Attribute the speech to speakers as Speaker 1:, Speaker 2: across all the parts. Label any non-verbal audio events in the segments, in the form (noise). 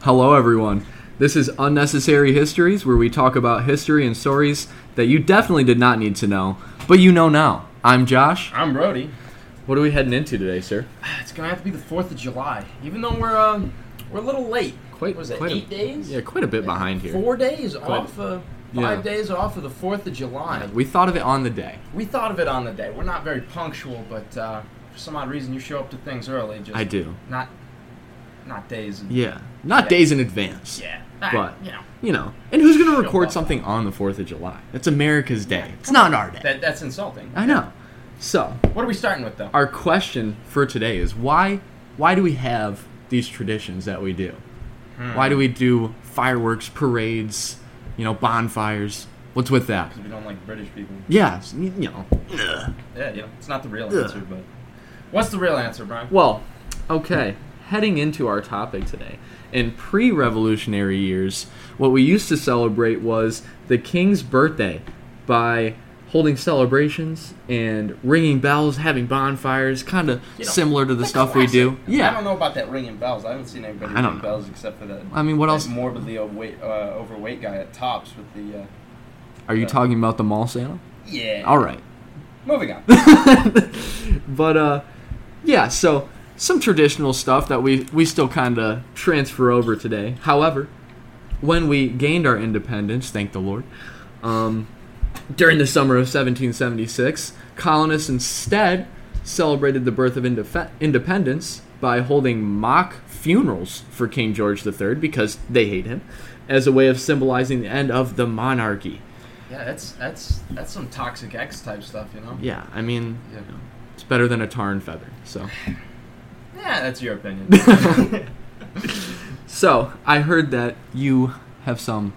Speaker 1: Hello, everyone. This is Unnecessary Histories, where we talk about history and stories that you definitely did not need to know, but you know now. I'm Josh.
Speaker 2: I'm Rody.
Speaker 1: What are we heading into today, sir?
Speaker 2: (sighs) It's gonna have to be the Fourth of July, even though we're um, we're a little late.
Speaker 1: Quite,
Speaker 2: was it
Speaker 1: quite
Speaker 2: eight
Speaker 1: a,
Speaker 2: days?
Speaker 1: Yeah, quite a bit behind here.
Speaker 2: Four days off, uh, five
Speaker 1: yeah.
Speaker 2: days off of the Fourth of July.
Speaker 1: We thought of it on the day.
Speaker 2: We thought of it on the day. We're not very punctual, but uh, for some odd reason, you show up to things early. Just
Speaker 1: I do.
Speaker 2: Not, not days. And,
Speaker 1: Yeah, not
Speaker 2: Yeah.
Speaker 1: days in advance.
Speaker 2: yeah. Ah,
Speaker 1: But-
Speaker 2: you know,
Speaker 1: You know, and who's gonna
Speaker 2: Sure,
Speaker 1: record
Speaker 2: why?
Speaker 1: something on the Fourth of July? That's America's day. It's not our day.
Speaker 2: that that's insulting.
Speaker 1: I know. So
Speaker 2: What are we starting with though?
Speaker 1: our question for today is why why do we have these traditions that we do?
Speaker 2: Hmm.
Speaker 1: Why do we do fireworks, parades, you know, bonfires? What's with that?
Speaker 2: we don't like British people.
Speaker 1: Yeah, s- you know.
Speaker 2: Yeah, you know, it's not the real
Speaker 1: Ugh.
Speaker 2: answer, but what's the real answer, Brian?
Speaker 1: Well, okay, heading into our topic today. In pre revolutionary years, what we used to celebrate was the king's birthday by holding celebrations and ringing bells, having bonfires, kind of
Speaker 2: You know,
Speaker 1: similar to the stuff we do.
Speaker 2: classic.
Speaker 1: Yeah.
Speaker 2: I don't know about that ringing bells. I haven't seen anybody
Speaker 1: I don't
Speaker 2: ring
Speaker 1: know.
Speaker 2: bells except for that.
Speaker 1: I mean, what
Speaker 2: that
Speaker 1: else-
Speaker 2: Morbidly overweight, uh, overweight guy at Tops with the. Uh,
Speaker 1: Are you talking about the mall Santa?
Speaker 2: yeah.
Speaker 1: All right.
Speaker 2: Moving
Speaker 1: (laughs)
Speaker 2: on.
Speaker 1: but uh, yeah, so some traditional stuff that we we still kind of transfer over today. However, when we gained our independence, thank the Lord, um, during the summer of 1776, colonists instead celebrated the birth of indefe- independence by holding mock funerals for King George III because they hate him, as a way of symbolizing the end of the monarchy.
Speaker 2: yeah, that's that's that's some toxic X type stuff, you know.
Speaker 1: Yeah, I mean,
Speaker 2: Yeah.
Speaker 1: you know, it's better than a tar and feather. So.
Speaker 2: Yeah, that's
Speaker 1: (laughs)
Speaker 2: your opinion.
Speaker 1: So I heard that you have some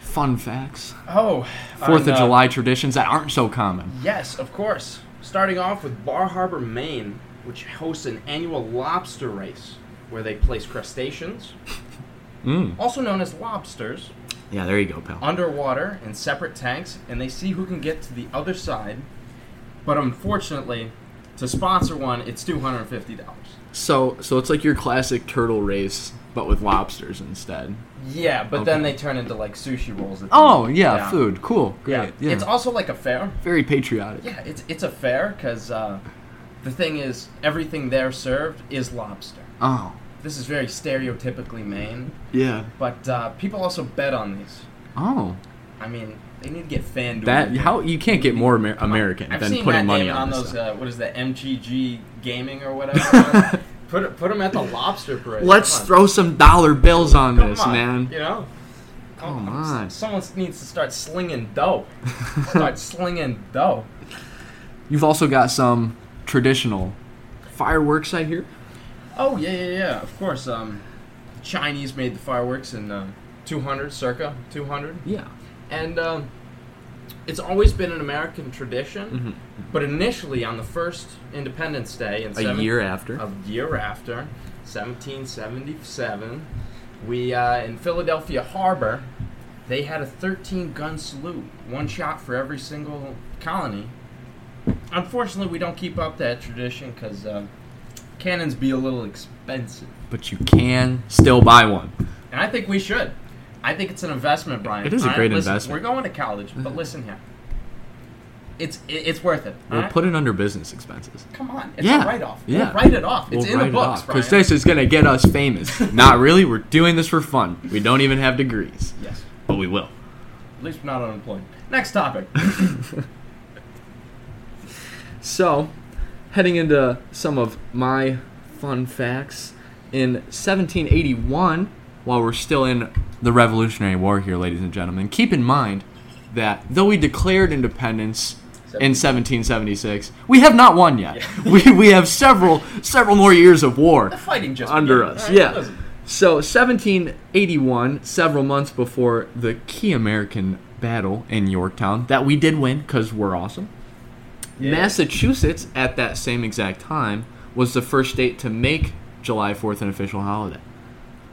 Speaker 1: fun facts.
Speaker 2: oh,
Speaker 1: Fourth
Speaker 2: on,
Speaker 1: of
Speaker 2: uh,
Speaker 1: July traditions that aren't so common.
Speaker 2: Yes, of course. Starting off with Bar Harbor, Maine, which hosts an annual lobster race where they place crustaceans,
Speaker 1: Mm.
Speaker 2: also known as lobsters,
Speaker 1: Yeah, there you go, pal.
Speaker 2: underwater in separate tanks and they see who can get to the other side. But unfortunately, to sponsor one, it's $250.
Speaker 1: So, so it's like your classic turtle race, but with lobsters instead.
Speaker 2: Yeah, but
Speaker 1: then
Speaker 2: then
Speaker 1: Okay.
Speaker 2: they turn into like sushi rolls.
Speaker 1: Oh yeah, food, cool, great. Yeah,
Speaker 2: It's also like a fair.
Speaker 1: very patriotic.
Speaker 2: Yeah, it's, it's a fair because uh, the thing is, everything there served is lobster.
Speaker 1: Oh
Speaker 2: This is very stereotypically Maine,
Speaker 1: yeah.
Speaker 2: but uh, people also bet on these.
Speaker 1: Oh,
Speaker 2: I mean, they need to get fan
Speaker 1: that how you can't get more Amer- American
Speaker 2: I've
Speaker 1: than
Speaker 2: seen
Speaker 1: putting
Speaker 2: Matt
Speaker 1: money
Speaker 2: Damon
Speaker 1: on, this
Speaker 2: those.
Speaker 1: stuff.
Speaker 2: Uh, what is that? MTG Gaming
Speaker 1: (laughs)
Speaker 2: or whatever. put put him at the lobster parade.
Speaker 1: Let's
Speaker 2: Come on.
Speaker 1: throw some dollar bills on
Speaker 2: Come
Speaker 1: this,
Speaker 2: on,
Speaker 1: man. Oh
Speaker 2: You know.
Speaker 1: Come
Speaker 2: s-
Speaker 1: on.
Speaker 2: Someone needs to start slinging
Speaker 1: (laughs)
Speaker 2: dough. start slinging dough.
Speaker 1: (laughs) You've also got some traditional fireworks, I hear.
Speaker 2: Oh yeah, yeah, yeah. Of course. Um, the Chinese made the fireworks in uh, 200 circa 200,
Speaker 1: Yeah.
Speaker 2: and um, it's always been an American tradition. But initially, on the first Independence Day in
Speaker 1: Mm-hmm. A
Speaker 2: 17
Speaker 1: year after.
Speaker 2: a year after, 1777, we uh, in Philadelphia Harbor, they had a 13-gun salute, one shot for every single colony. Unfortunately, we don't keep up that tradition because uh, cannons be a little expensive,
Speaker 1: but you can still buy one.
Speaker 2: and I think we should. I think it's an investment, Brian.
Speaker 1: It is a
Speaker 2: All right,
Speaker 1: great
Speaker 2: listen,
Speaker 1: investment.
Speaker 2: We're going to college, but listen here, it's it, it's worth it. all
Speaker 1: We'll
Speaker 2: right?
Speaker 1: put it under business expenses.
Speaker 2: Come on, it's
Speaker 1: Yeah,
Speaker 2: a write-off.
Speaker 1: yeah.
Speaker 2: We'll write it off. It's
Speaker 1: we'll
Speaker 2: in
Speaker 1: write
Speaker 2: the books,
Speaker 1: it off
Speaker 2: Brian.
Speaker 1: because this is gonna get us
Speaker 2: (laughs)
Speaker 1: famous. not really. We're doing this for fun. We don't even have degrees,
Speaker 2: yes.
Speaker 1: but we will.
Speaker 2: At least we're not unemployed. Next topic.
Speaker 1: So, heading into some of my fun facts. In 1781, while we're still in the Revolutionary War here, ladies and gentlemen, keep in mind that though we declared independence in 1776, we have not won yet. (laughs) we, we have several several more years of war
Speaker 2: The fighting just
Speaker 1: under
Speaker 2: began.
Speaker 1: us.
Speaker 2: All right,
Speaker 1: Yeah.
Speaker 2: listen.
Speaker 1: So 1781, several months before the key American battle in Yorktown that we did win because we're awesome.
Speaker 2: Yeah.
Speaker 1: Massachusetts at that same exact time was the first state to make July 4th an official holiday.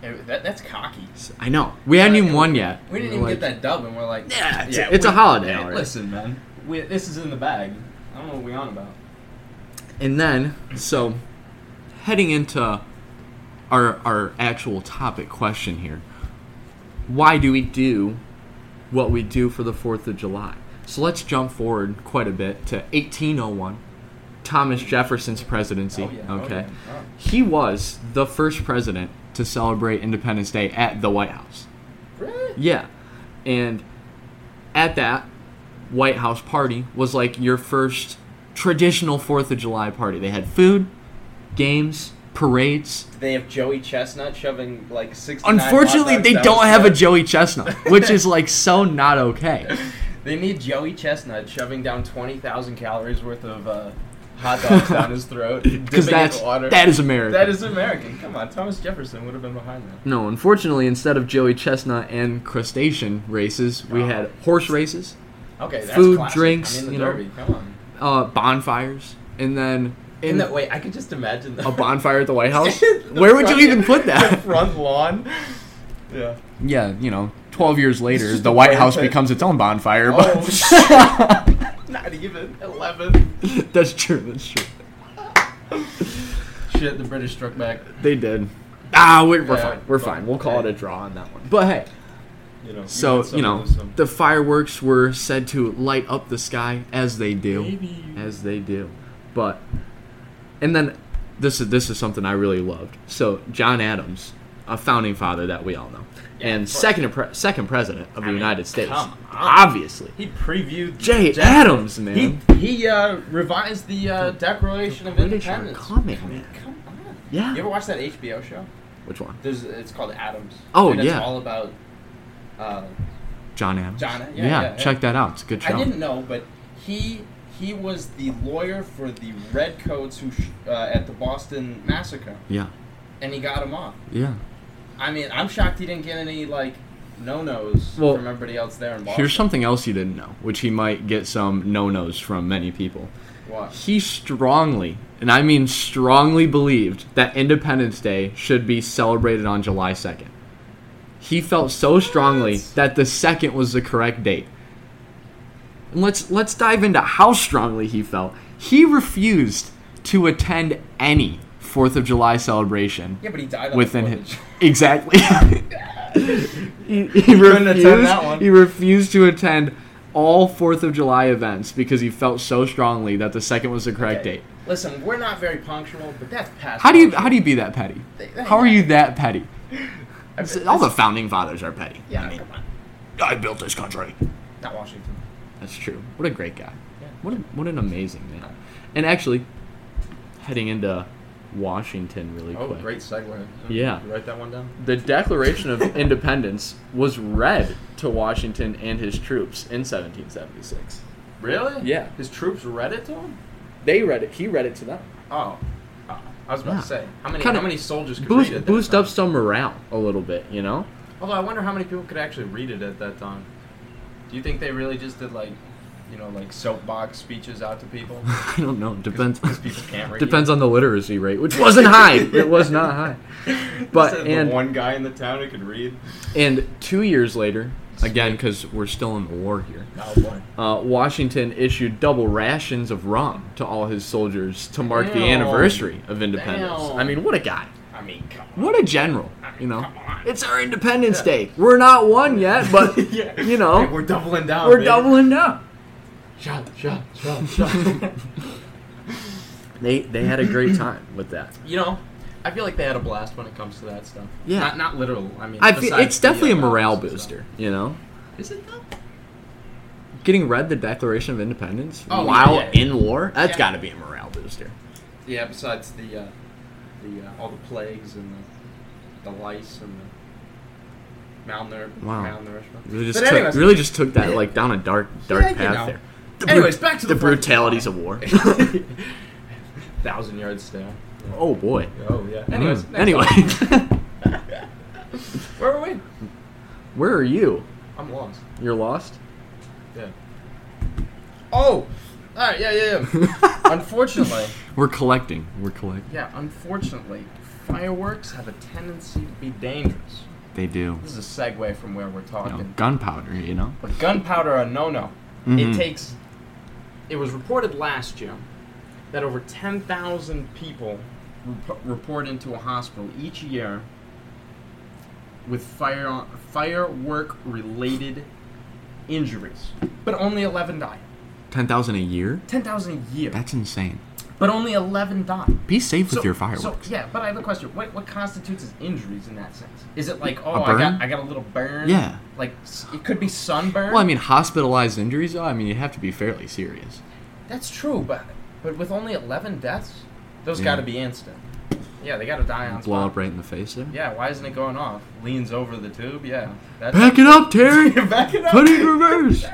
Speaker 2: Hey, that- that's cocky.
Speaker 1: So- I know. We hadn't even won yet.
Speaker 2: We didn't
Speaker 1: We're
Speaker 2: even
Speaker 1: like-
Speaker 2: get that dub, and we're like,
Speaker 1: Yeah, it's- it's a holiday
Speaker 2: hey,
Speaker 1: already.
Speaker 2: Listen, man, we, this is in the bag. I don't know what we on about.
Speaker 1: And then, so heading into our our actual topic question here. Why do we do what we do for the 4th of July? So let's jump forward quite a bit to 1801, Thomas Jefferson's presidency.
Speaker 2: Oh, yeah. Oh,
Speaker 1: Okay.
Speaker 2: yeah. Oh.
Speaker 1: He was the first president to celebrate Independence Day at the White House.
Speaker 2: Oh, Really?
Speaker 1: Yeah. And at that White House party was like your first traditional 4th of July party. They had food, games, parades.
Speaker 2: They have Joey Chestnut shoving like six.
Speaker 1: Unfortunately, they don't have a Joey Chestnut, which is like so not
Speaker 2: (laughs)
Speaker 1: okay.
Speaker 2: They need Joey Chestnut shoving down twenty thousand calories worth of uh, hot dogs down his throat,
Speaker 1: Because
Speaker 2: because
Speaker 1: that's
Speaker 2: water.
Speaker 1: that is America.
Speaker 2: that is American. Come on, Thomas Jefferson would have been behind that.
Speaker 1: no, unfortunately, instead of Joey Chestnut and crustacean races, we
Speaker 2: Oh.
Speaker 1: had horse races,
Speaker 2: Okay, that's
Speaker 1: Food,
Speaker 2: classic.
Speaker 1: drinks,
Speaker 2: I mean, the
Speaker 1: you know.
Speaker 2: Derby. Come on.
Speaker 1: uh, bonfires, and then
Speaker 2: In
Speaker 1: in
Speaker 2: that way, I could just imagine that.
Speaker 1: a bonfire at the White House.
Speaker 2: The
Speaker 1: Where would you
Speaker 2: front-
Speaker 1: even put
Speaker 2: The
Speaker 1: that?
Speaker 2: (laughs) front lawn. Yeah.
Speaker 1: Yeah, you know, 12 years later,
Speaker 2: just
Speaker 1: the
Speaker 2: a
Speaker 1: White
Speaker 2: fire
Speaker 1: House
Speaker 2: pit.
Speaker 1: becomes its own bonfire.
Speaker 2: Oh,
Speaker 1: (laughs) But (laughs)
Speaker 2: Not even eleven.
Speaker 1: that's true. That's true.
Speaker 2: Shit, the British struck back.
Speaker 1: They did. Ah, we're, we're
Speaker 2: Yeah,
Speaker 1: fine. We're
Speaker 2: but-
Speaker 1: fine. We'll call it a draw on that one. But hey,
Speaker 2: You know.
Speaker 1: so
Speaker 2: win some,
Speaker 1: you know,
Speaker 2: lose some.
Speaker 1: the fireworks were said to light up the sky as they do,
Speaker 2: Maybe.
Speaker 1: as they do. But and then this is this is something I really loved. So John Adams, a founding father that we all know,
Speaker 2: Yeah,
Speaker 1: and
Speaker 2: of course.
Speaker 1: second pre- second president of the
Speaker 2: I mean,
Speaker 1: United States,
Speaker 2: come on.
Speaker 1: obviously.
Speaker 2: He previewed
Speaker 1: Jay
Speaker 2: Jack-
Speaker 1: Adams, man.
Speaker 2: He he uh, revised the uh, Declaration of
Speaker 1: The British are
Speaker 2: Independence.
Speaker 1: coming,
Speaker 2: Come-
Speaker 1: man.
Speaker 2: come on.
Speaker 1: Yeah.
Speaker 2: You ever watch that HBO show?
Speaker 1: Which one?
Speaker 2: There's it's called Adams.
Speaker 1: Oh,
Speaker 2: and
Speaker 1: yeah.
Speaker 2: It's all about. Uh,
Speaker 1: John Adams.
Speaker 2: John- yeah,
Speaker 1: Yeah,
Speaker 2: yeah, yeah.
Speaker 1: check that out. It's a good show.
Speaker 2: I didn't know, but he he was the lawyer for the redcoats who sh- uh, at the Boston massacre,
Speaker 1: Yeah,
Speaker 2: and he got him off.
Speaker 1: yeah.
Speaker 2: I mean, I'm shocked he didn't get any like no nos
Speaker 1: Well,
Speaker 2: from everybody else there in Boston.
Speaker 1: Here's something else you didn't know, which he might get some no-nos from many people.
Speaker 2: What?
Speaker 1: He strongly, and I mean strongly, believed that Independence Day should be celebrated on July 2nd. He felt so strongly
Speaker 2: What?
Speaker 1: that the 2nd was the correct date. And let's let's dive into how strongly he felt. He refused to attend any 4th of July celebration
Speaker 2: Yeah, but he died on
Speaker 1: within
Speaker 2: the
Speaker 1: him.
Speaker 2: footage. (laughs)
Speaker 1: Exactly. he, he
Speaker 2: couldn't
Speaker 1: refused,
Speaker 2: attend that one.
Speaker 1: he refused to attend all Fourth of July events because he felt so strongly that the second was the correct
Speaker 2: Okay.
Speaker 1: date.
Speaker 2: Listen, we're not very punctual, but that's past.
Speaker 1: How do you how do you be that petty?
Speaker 2: They-
Speaker 1: How are you that
Speaker 2: (laughs)
Speaker 1: petty?
Speaker 2: mean,
Speaker 1: All the founding fathers are petty.
Speaker 2: Yeah, come on.
Speaker 1: I built this country.
Speaker 2: Not Washington.
Speaker 1: That's true. What a great guy.
Speaker 2: Yeah.
Speaker 1: What a, what an amazing man. And actually, heading into Washington really
Speaker 2: Oh,
Speaker 1: quick.
Speaker 2: great segue.
Speaker 1: Yeah.
Speaker 2: You write that one down.
Speaker 1: The Declaration of Independence was read to Washington and his troops in 1776.
Speaker 2: Really?
Speaker 1: Yeah.
Speaker 2: His troops read it to him.
Speaker 1: They read it. He read it to them.
Speaker 2: Oh. Uh, I was about
Speaker 1: Yeah.
Speaker 2: to say how many
Speaker 1: Kinda
Speaker 2: how many soldiers could read
Speaker 1: Boost,
Speaker 2: it. that
Speaker 1: boost up
Speaker 2: time?
Speaker 1: some morale a little bit, you know?
Speaker 2: Although I wonder how many people could actually read it at that time. Do you think they really just did like, you know, like soapbox speeches out to people?
Speaker 1: (laughs) (laughs) I don't know. Depends.
Speaker 2: Because people can't
Speaker 1: (laughs)
Speaker 2: read. (laughs)
Speaker 1: Depends on the literacy rate, which wasn't high. It was not (laughs) high. but-
Speaker 2: Just
Speaker 1: and-
Speaker 2: the one guy in the town who could read.
Speaker 1: And two years later, again, because we're still in the war here,
Speaker 2: Oh boy.
Speaker 1: uh, Washington issued double rations of rum to all his soldiers to mark the
Speaker 2: Damn.
Speaker 1: anniversary of independence.
Speaker 2: Damn.
Speaker 1: I mean, what a guy.
Speaker 2: I mean, come on.
Speaker 1: What a general, you know.
Speaker 2: Come on.
Speaker 1: It's our Independence Day. We're not one yet, but
Speaker 2: (laughs) Yeah.
Speaker 1: you know,
Speaker 2: Hey, we're doubling down.
Speaker 1: we're
Speaker 2: baby.
Speaker 1: doubling down.
Speaker 2: Shut, shut, shut,
Speaker 1: (laughs)
Speaker 2: shut.
Speaker 1: They they had a
Speaker 2: (clears throat)
Speaker 1: great time with that.
Speaker 2: you know, I feel like they had a blast when it comes to that stuff.
Speaker 1: Yeah.
Speaker 2: Not, not literal. I mean,
Speaker 1: I feel
Speaker 2: besides
Speaker 1: it's definitely
Speaker 2: the,
Speaker 1: a
Speaker 2: uh,
Speaker 1: morale
Speaker 2: battles and
Speaker 1: booster, you know.
Speaker 2: stuff. Is it though?
Speaker 1: Getting read the Declaration of Independence
Speaker 2: Oh,
Speaker 1: while
Speaker 2: yeah, yeah.
Speaker 1: in war, That's
Speaker 2: Yeah.
Speaker 1: got to be a morale booster.
Speaker 2: Yeah. Besides the, uh, the uh, all the plagues and the, the lice and the malnour-
Speaker 1: Wow.
Speaker 2: malnourishment.
Speaker 1: Really just
Speaker 2: But
Speaker 1: took,
Speaker 2: anyways-
Speaker 1: really just took that
Speaker 2: Yeah.
Speaker 1: like down a dark dark
Speaker 2: Yeah, you
Speaker 1: path
Speaker 2: know.
Speaker 1: there.
Speaker 2: Anyways, back to the Fourth of
Speaker 1: brutalities of
Speaker 2: (laughs)
Speaker 1: war. (laughs)
Speaker 2: Thousand yard stare.
Speaker 1: oh boy.
Speaker 2: Oh yeah. Anyways.
Speaker 1: Mm.
Speaker 2: next topic.
Speaker 1: anyway,
Speaker 2: Where are we?
Speaker 1: (laughs) where are you?
Speaker 2: I'm lost.
Speaker 1: You're
Speaker 2: (laughs)
Speaker 1: lost.
Speaker 2: Yeah. Oh. All right. Yeah. Yeah.
Speaker 1: (laughs)
Speaker 2: yeah. Unfortunately.
Speaker 1: We're collecting. We're collecting.
Speaker 2: Yeah, unfortunately, fireworks have a tendency to be dangerous.
Speaker 1: They do.
Speaker 2: This is a segue from where we're
Speaker 1: You know,
Speaker 2: talking.
Speaker 1: gunpowder. You know.
Speaker 2: But gunpowder, a no no.
Speaker 1: Mhm.
Speaker 2: It takes. It was reported last year that over 10,000 people rep- report into a hospital each year with fire firework related injuries, but only 11 die.
Speaker 1: Ten thousand a year?
Speaker 2: 10,000 a year,
Speaker 1: That's insane.
Speaker 2: but only 11 die.
Speaker 1: Be safe with your fireworks.
Speaker 2: So, yeah, but I have a question. What what constitutes as injuries in that sense? Is it like oh
Speaker 1: A
Speaker 2: I
Speaker 1: burn?
Speaker 2: got I got a little burn?
Speaker 1: Yeah.
Speaker 2: Like s- it could be sunburn.
Speaker 1: well, I mean, hospitalized injuries. though, I mean, you have to be fairly serious.
Speaker 2: that's true, but but with only eleven deaths, those
Speaker 1: Yeah.
Speaker 2: got to be instant. Yeah, they got to die on
Speaker 1: Blow
Speaker 2: spot.
Speaker 1: up right in the face there.
Speaker 2: Yeah, why isn't it going off? Leans over the tube. Yeah, that's
Speaker 1: Back it up, Terry.
Speaker 2: (laughs) back it up.
Speaker 1: Put it in
Speaker 2: (laughs)
Speaker 1: reverse.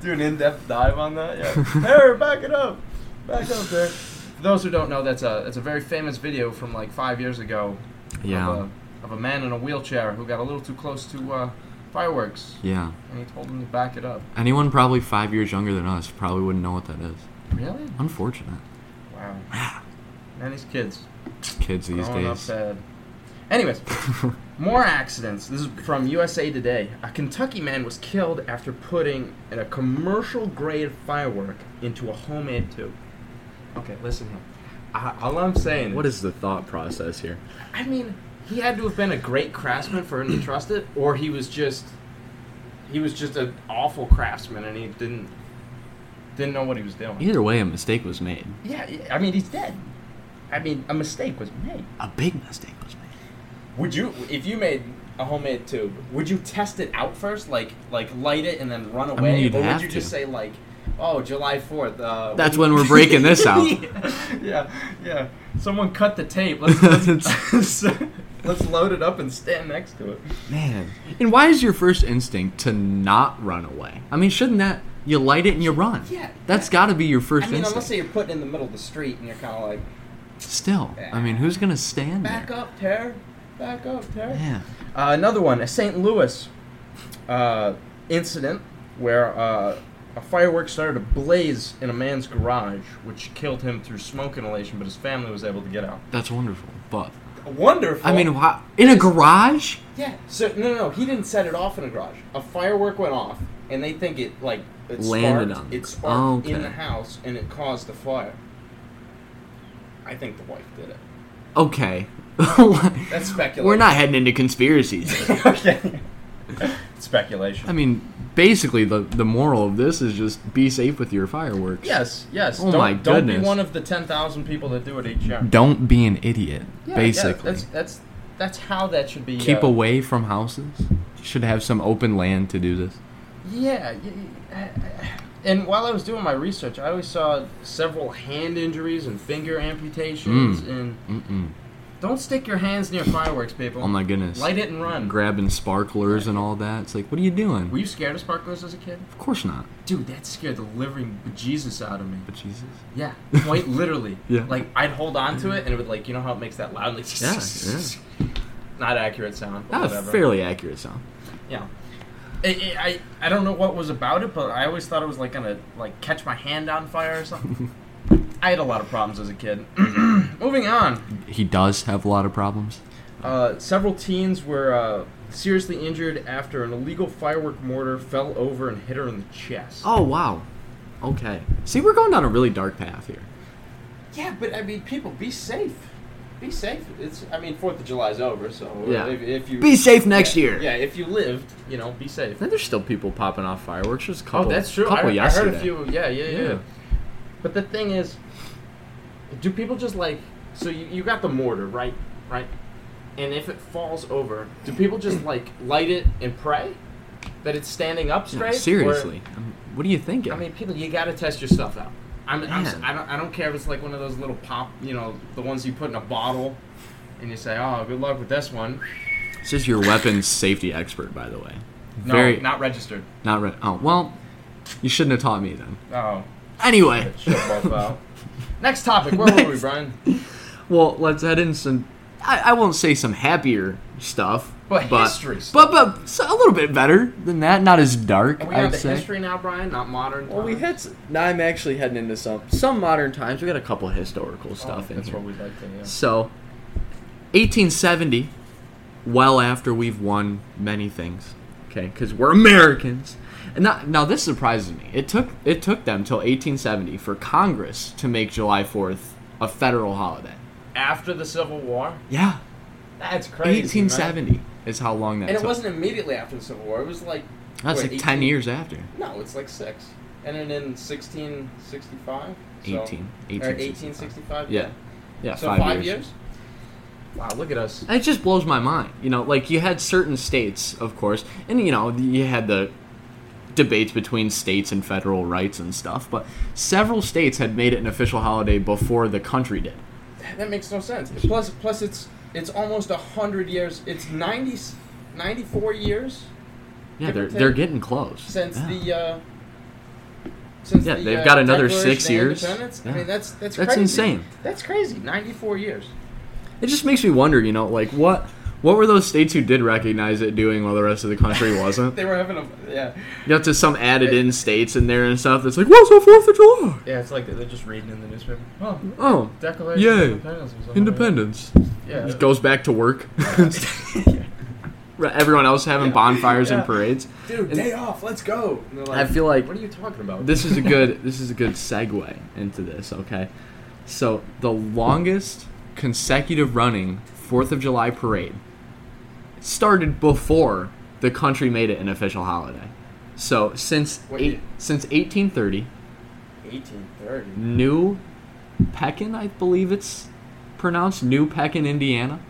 Speaker 2: Do an in-depth dive on that. Yeah, there, back it up, back up there. For those who don't know, that's a that's a very famous video from like five years ago.
Speaker 1: Yeah.
Speaker 2: Of a, of a man in a wheelchair who got a little too close to uh, fireworks,
Speaker 1: Yeah.
Speaker 2: and he told him to back it up.
Speaker 1: Anyone probably five years younger than us probably wouldn't know what that is.
Speaker 2: Really?
Speaker 1: Unfortunate.
Speaker 2: Wow. Man, these kids
Speaker 1: Kids these
Speaker 2: growing up
Speaker 1: days.
Speaker 2: bad.
Speaker 1: (laughs)
Speaker 2: Anyways, more accidents. This is from USA Today. A Kentucky man was killed after putting in a commercial grade firework into a homemade tube. Okay, listen here. I, all I'm saying
Speaker 1: is the thought process here?
Speaker 2: I mean, he had to have been a great craftsman for him to trust it, or he was just he was just an awful craftsman and he didn't didn't know what he was doing.
Speaker 1: Either way, a mistake was made.
Speaker 2: Yeah, I mean he's dead. I mean a mistake was made.
Speaker 1: A big mistake was made.
Speaker 2: Would you if you made a homemade tube, would you test it out first? Like like light it and then run away?
Speaker 1: you'd
Speaker 2: or
Speaker 1: have
Speaker 2: would you
Speaker 1: to.
Speaker 2: just say like Oh, July fourth. Uh,
Speaker 1: That's when we're breaking this out.
Speaker 2: (laughs) yeah, yeah. Someone cut the tape. Let's let's,
Speaker 1: (laughs)
Speaker 2: (laughs) let's load it up and stand next to it.
Speaker 1: Man. And why is your first instinct to not run away? I mean, shouldn't that you light it and you run?
Speaker 2: Yeah.
Speaker 1: That's got to be your first
Speaker 2: I mean,
Speaker 1: instinct.
Speaker 2: unless you're putting in the middle of the street and you're kind of like,
Speaker 1: Still, I mean, who's gonna stand
Speaker 2: back
Speaker 1: there?
Speaker 2: up, Ter, back up, Ter.
Speaker 1: Yeah.
Speaker 2: Uh, another one, a St. Louis uh, incident where uh, a firework started to blaze in a man's garage, which killed him through smoke inhalation, but his family was able to get out.
Speaker 1: That's wonderful, but
Speaker 2: Wonderful.
Speaker 1: I mean, why, in a garage?
Speaker 2: yeah. So no, no, no, he didn't set it off in a garage. A firework went off, and they think it like it
Speaker 1: Landed
Speaker 2: sparked,
Speaker 1: on
Speaker 2: it
Speaker 1: the-
Speaker 2: sparked
Speaker 1: okay.
Speaker 2: in the house, and it caused the fire. I think the wife did it.
Speaker 1: Okay. (laughs)
Speaker 2: That's
Speaker 1: That's
Speaker 2: speculation.
Speaker 1: We're not heading into conspiracies.
Speaker 2: (laughs) okay. Speculation.
Speaker 1: I mean, basically, the the moral of this is just be safe with your fireworks.
Speaker 2: yes, yes.
Speaker 1: Oh
Speaker 2: don't,
Speaker 1: my
Speaker 2: Don't be
Speaker 1: goodness.
Speaker 2: one of the 10,000 people that do it each year.
Speaker 1: Don't be an idiot.
Speaker 2: Yeah, Yeah,
Speaker 1: basically,
Speaker 2: that's, that's, that's how that should be.
Speaker 1: keep
Speaker 2: uh,
Speaker 1: away from houses. You should have some open land to do this.
Speaker 2: Yeah. y- y- And while I was doing my research, I always saw several hand injuries and finger amputations.
Speaker 1: Mm.
Speaker 2: And
Speaker 1: Mm-mm.
Speaker 2: don't stick your hands near fireworks, people.
Speaker 1: Oh my goodness.
Speaker 2: Light it and run.
Speaker 1: Grabbing sparklers and all that. It's like, what are you doing?
Speaker 2: Were you scared of sparklers as a kid?
Speaker 1: of course not.
Speaker 2: Dude, that scared the living bejesus out of me.
Speaker 1: But Jesus.
Speaker 2: Yeah, (laughs) quite literally.
Speaker 1: Yeah.
Speaker 2: Like I'd hold on to it and it would like you know how it makes that loud like
Speaker 1: Yeah, yeah.
Speaker 2: (laughs) not accurate sound. But
Speaker 1: That was
Speaker 2: whatever.
Speaker 1: fairly accurate sound.
Speaker 2: Yeah. I- I, I I don't know what was about it, but I always thought it was like gonna like catch my hand on fire or something. I had a lot of problems as a kid. (clears throat) Moving on,
Speaker 1: He does have a lot of problems.
Speaker 2: uh, several teens were uh, seriously injured after an illegal firework mortar fell over and hit her in the chest.
Speaker 1: Oh wow. Okay. See, we're going down a really dark path here.
Speaker 2: Yeah, but I mean, people, be safe. Be safe. It's I mean, Fourth of July's over, so
Speaker 1: Yeah.
Speaker 2: If, if you
Speaker 1: Be safe next
Speaker 2: yeah,
Speaker 1: year.
Speaker 2: Yeah, if you lived, you know, be safe.
Speaker 1: Then there's still people popping off fireworks. Just a
Speaker 2: Oh,
Speaker 1: couple.
Speaker 2: that's true.
Speaker 1: Couple
Speaker 2: I, I
Speaker 1: yesterday.
Speaker 2: heard a few. Yeah, yeah, yeah,
Speaker 1: Yeah.
Speaker 2: But the thing is, do people just like? So you, you got the mortar, right? Right. And if it falls over, do
Speaker 1: (clears throat)
Speaker 2: people just like light it and pray that it's standing up
Speaker 1: Yeah,
Speaker 2: straight? Or-
Speaker 1: seriously, Um, what are you thinking?
Speaker 2: I mean, people, you gotta test your stuff out. I'm, I'm,
Speaker 1: Man.
Speaker 2: I don't, I don't care if it's like one of those little pop, you know, the ones you put in a bottle, and you say, "Oh, good luck with this one."
Speaker 1: this is your weapons safety expert, by the way.
Speaker 2: No,
Speaker 1: Very
Speaker 2: not registered.
Speaker 1: (laughs) not re- Oh well, you shouldn't have taught me then.
Speaker 2: Oh,
Speaker 1: Anyway,
Speaker 2: shut both out. Next topic.
Speaker 1: (laughs)
Speaker 2: Where were we,
Speaker 1: Next.
Speaker 2: Brian?
Speaker 1: well, let's head in some. I, I won't say some happier stuff,
Speaker 2: But
Speaker 1: but
Speaker 2: history
Speaker 1: but
Speaker 2: stuff.
Speaker 1: but so- a little bit better than that. Not as dark.
Speaker 2: Are we
Speaker 1: I'd
Speaker 2: on the
Speaker 1: say.
Speaker 2: history now, Brian? Not modern.
Speaker 1: Well, we
Speaker 2: times?
Speaker 1: hit. Now I'm actually heading into some some modern times. We got a couple historical
Speaker 2: Oh,
Speaker 1: stuff in
Speaker 2: That's
Speaker 1: here.
Speaker 2: what we'd like to. Yeah.
Speaker 1: So, 1870, well after we've won many things, okay, because we're Americans. And that, now this surprises me. It took it took them till 1870 for Congress to make July 4th a federal holiday.
Speaker 3: after the Civil War?
Speaker 1: Yeah,
Speaker 2: That's crazy.
Speaker 1: 1870 is how long that
Speaker 2: Man. And it
Speaker 1: took.
Speaker 2: wasn't immediately after the Civil War. It was like
Speaker 1: That's
Speaker 2: wait,
Speaker 1: like 10
Speaker 2: 18?
Speaker 1: years after.
Speaker 2: No, it's like six. And then in 1665?
Speaker 1: 18.
Speaker 2: Or
Speaker 1: 1865.
Speaker 2: 1865?
Speaker 1: Yeah. Yeah,
Speaker 2: So
Speaker 1: five, years.
Speaker 3: Wow, look at us.
Speaker 1: It just blows my mind. You know, like you had certain states, of course, and you know, you had the debates between states and federal rights and stuff, but several states had made it an official holiday before the country did.
Speaker 2: That makes no sense. Plus, plus it's it's almost 100 years. It's 90, 94 years
Speaker 1: Yeah,
Speaker 2: Give or
Speaker 1: they're
Speaker 2: take.
Speaker 1: they're getting close.
Speaker 2: since
Speaker 1: yeah.
Speaker 2: the. Uh, since
Speaker 1: Yeah,
Speaker 2: the,
Speaker 1: they've
Speaker 2: uh,
Speaker 1: got another
Speaker 2: Declaration
Speaker 1: six
Speaker 2: of
Speaker 1: years.
Speaker 2: Independence. I
Speaker 1: Yeah.
Speaker 2: mean, that's that's
Speaker 1: That's
Speaker 2: crazy.
Speaker 1: insane.
Speaker 2: That's crazy. 94 years.
Speaker 1: It just makes me wonder, you know, like what what were those states who did recognize it doing while the rest of the country
Speaker 2: (laughs)
Speaker 1: wasn't?
Speaker 2: They were having a yeah.
Speaker 1: you know, to some added in states in there and stuff that's like, What's the Fourth of July?
Speaker 3: Yeah, it's like they're just reading in the newspaper. Oh,
Speaker 1: Oh,
Speaker 3: Declaration
Speaker 1: Yay.
Speaker 3: of Independence. was on
Speaker 1: independence.
Speaker 3: the- Yeah.
Speaker 1: Just goes back to work. (laughs)
Speaker 2: (laughs)
Speaker 1: Right, Everyone else having bonfires and
Speaker 3: Yeah.
Speaker 1: parades.
Speaker 2: Dude, day off. Let's go. And they're
Speaker 1: I
Speaker 2: like,
Speaker 1: feel like
Speaker 3: What are you talking about?
Speaker 1: this is a good this is a good segue into this. Okay, so the longest consecutive running Fourth of July parade started before the country made it an official holiday. So since
Speaker 2: What
Speaker 1: eight,
Speaker 2: year?
Speaker 1: since 1830,
Speaker 2: 1830.
Speaker 1: New Pekin, I believe it's pronounced New Pekin, Indiana,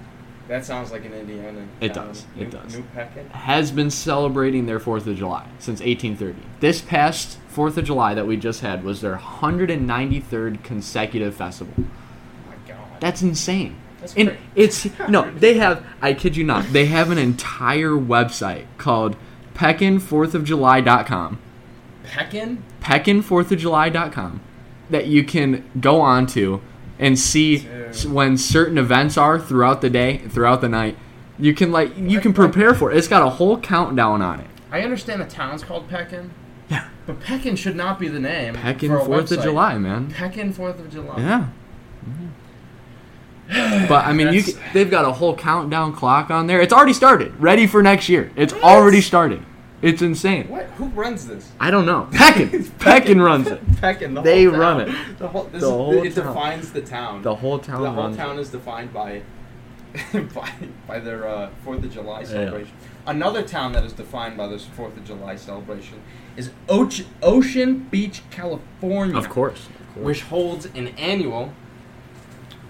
Speaker 2: That sounds like an Indiana.
Speaker 1: It
Speaker 2: town.
Speaker 1: does.
Speaker 2: New,
Speaker 1: It does.
Speaker 2: New Pekin.
Speaker 1: has been celebrating their Fourth of July since 1830. This past Fourth of July that we just had was their 193rd consecutive festival.
Speaker 2: Oh my God.
Speaker 1: That's insane.
Speaker 2: That's
Speaker 1: and
Speaker 2: crazy.
Speaker 1: it's no, they have. I kid you not. They have an entire website called PekinFourthOfJuly.com.
Speaker 2: Pekin.
Speaker 1: PekinFourthOfJuly.com that you can go on to and see
Speaker 2: Dude.
Speaker 1: s- when certain events are throughout the day, throughout the night. You can like you can prepare for it. It's got a whole countdown on it.
Speaker 3: I understand the town's called Pekin,
Speaker 1: Yeah,
Speaker 3: but Pekin should not be the name.
Speaker 1: Pekin
Speaker 3: for a
Speaker 1: Fourth of
Speaker 3: website.
Speaker 1: July, man.
Speaker 3: Pekin Fourth of July.
Speaker 1: Yeah.
Speaker 2: (sighs)
Speaker 1: But I mean, you
Speaker 3: That's-
Speaker 1: can, they've got a whole countdown clock on there. It's already started, ready for next year. It's already started. It's insane.
Speaker 2: What? Who runs this?
Speaker 1: I don't
Speaker 2: (laughs)
Speaker 1: know. Peckin, Peckin runs it.
Speaker 2: Pekin. The
Speaker 1: They
Speaker 2: whole town.
Speaker 1: run it.
Speaker 2: The whole. This
Speaker 1: The
Speaker 2: is,
Speaker 1: whole
Speaker 2: it
Speaker 1: town.
Speaker 2: defines the town.
Speaker 1: The whole town
Speaker 2: The whole
Speaker 1: runs.
Speaker 2: town
Speaker 1: it.
Speaker 2: is defined by (laughs) by, by their uh, Fourth of July celebration. Another town that is defined by this Fourth of July celebration is Ocean, Ocean Beach, California,
Speaker 1: Of course. Of course.
Speaker 2: which holds an annual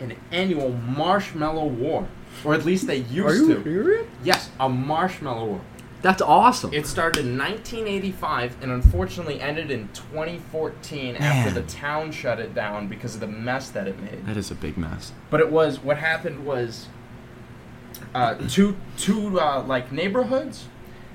Speaker 2: an annual marshmallow war, or at least they used to.
Speaker 1: serious?
Speaker 2: Yes, a marshmallow war.
Speaker 1: That's awesome.
Speaker 2: It started in 1985 and unfortunately ended in 2014
Speaker 1: Man.
Speaker 2: after the town shut it down because of the mess that it made.
Speaker 1: that is a big mess.
Speaker 2: But it was what happened was uh, two two uh, like neighborhoods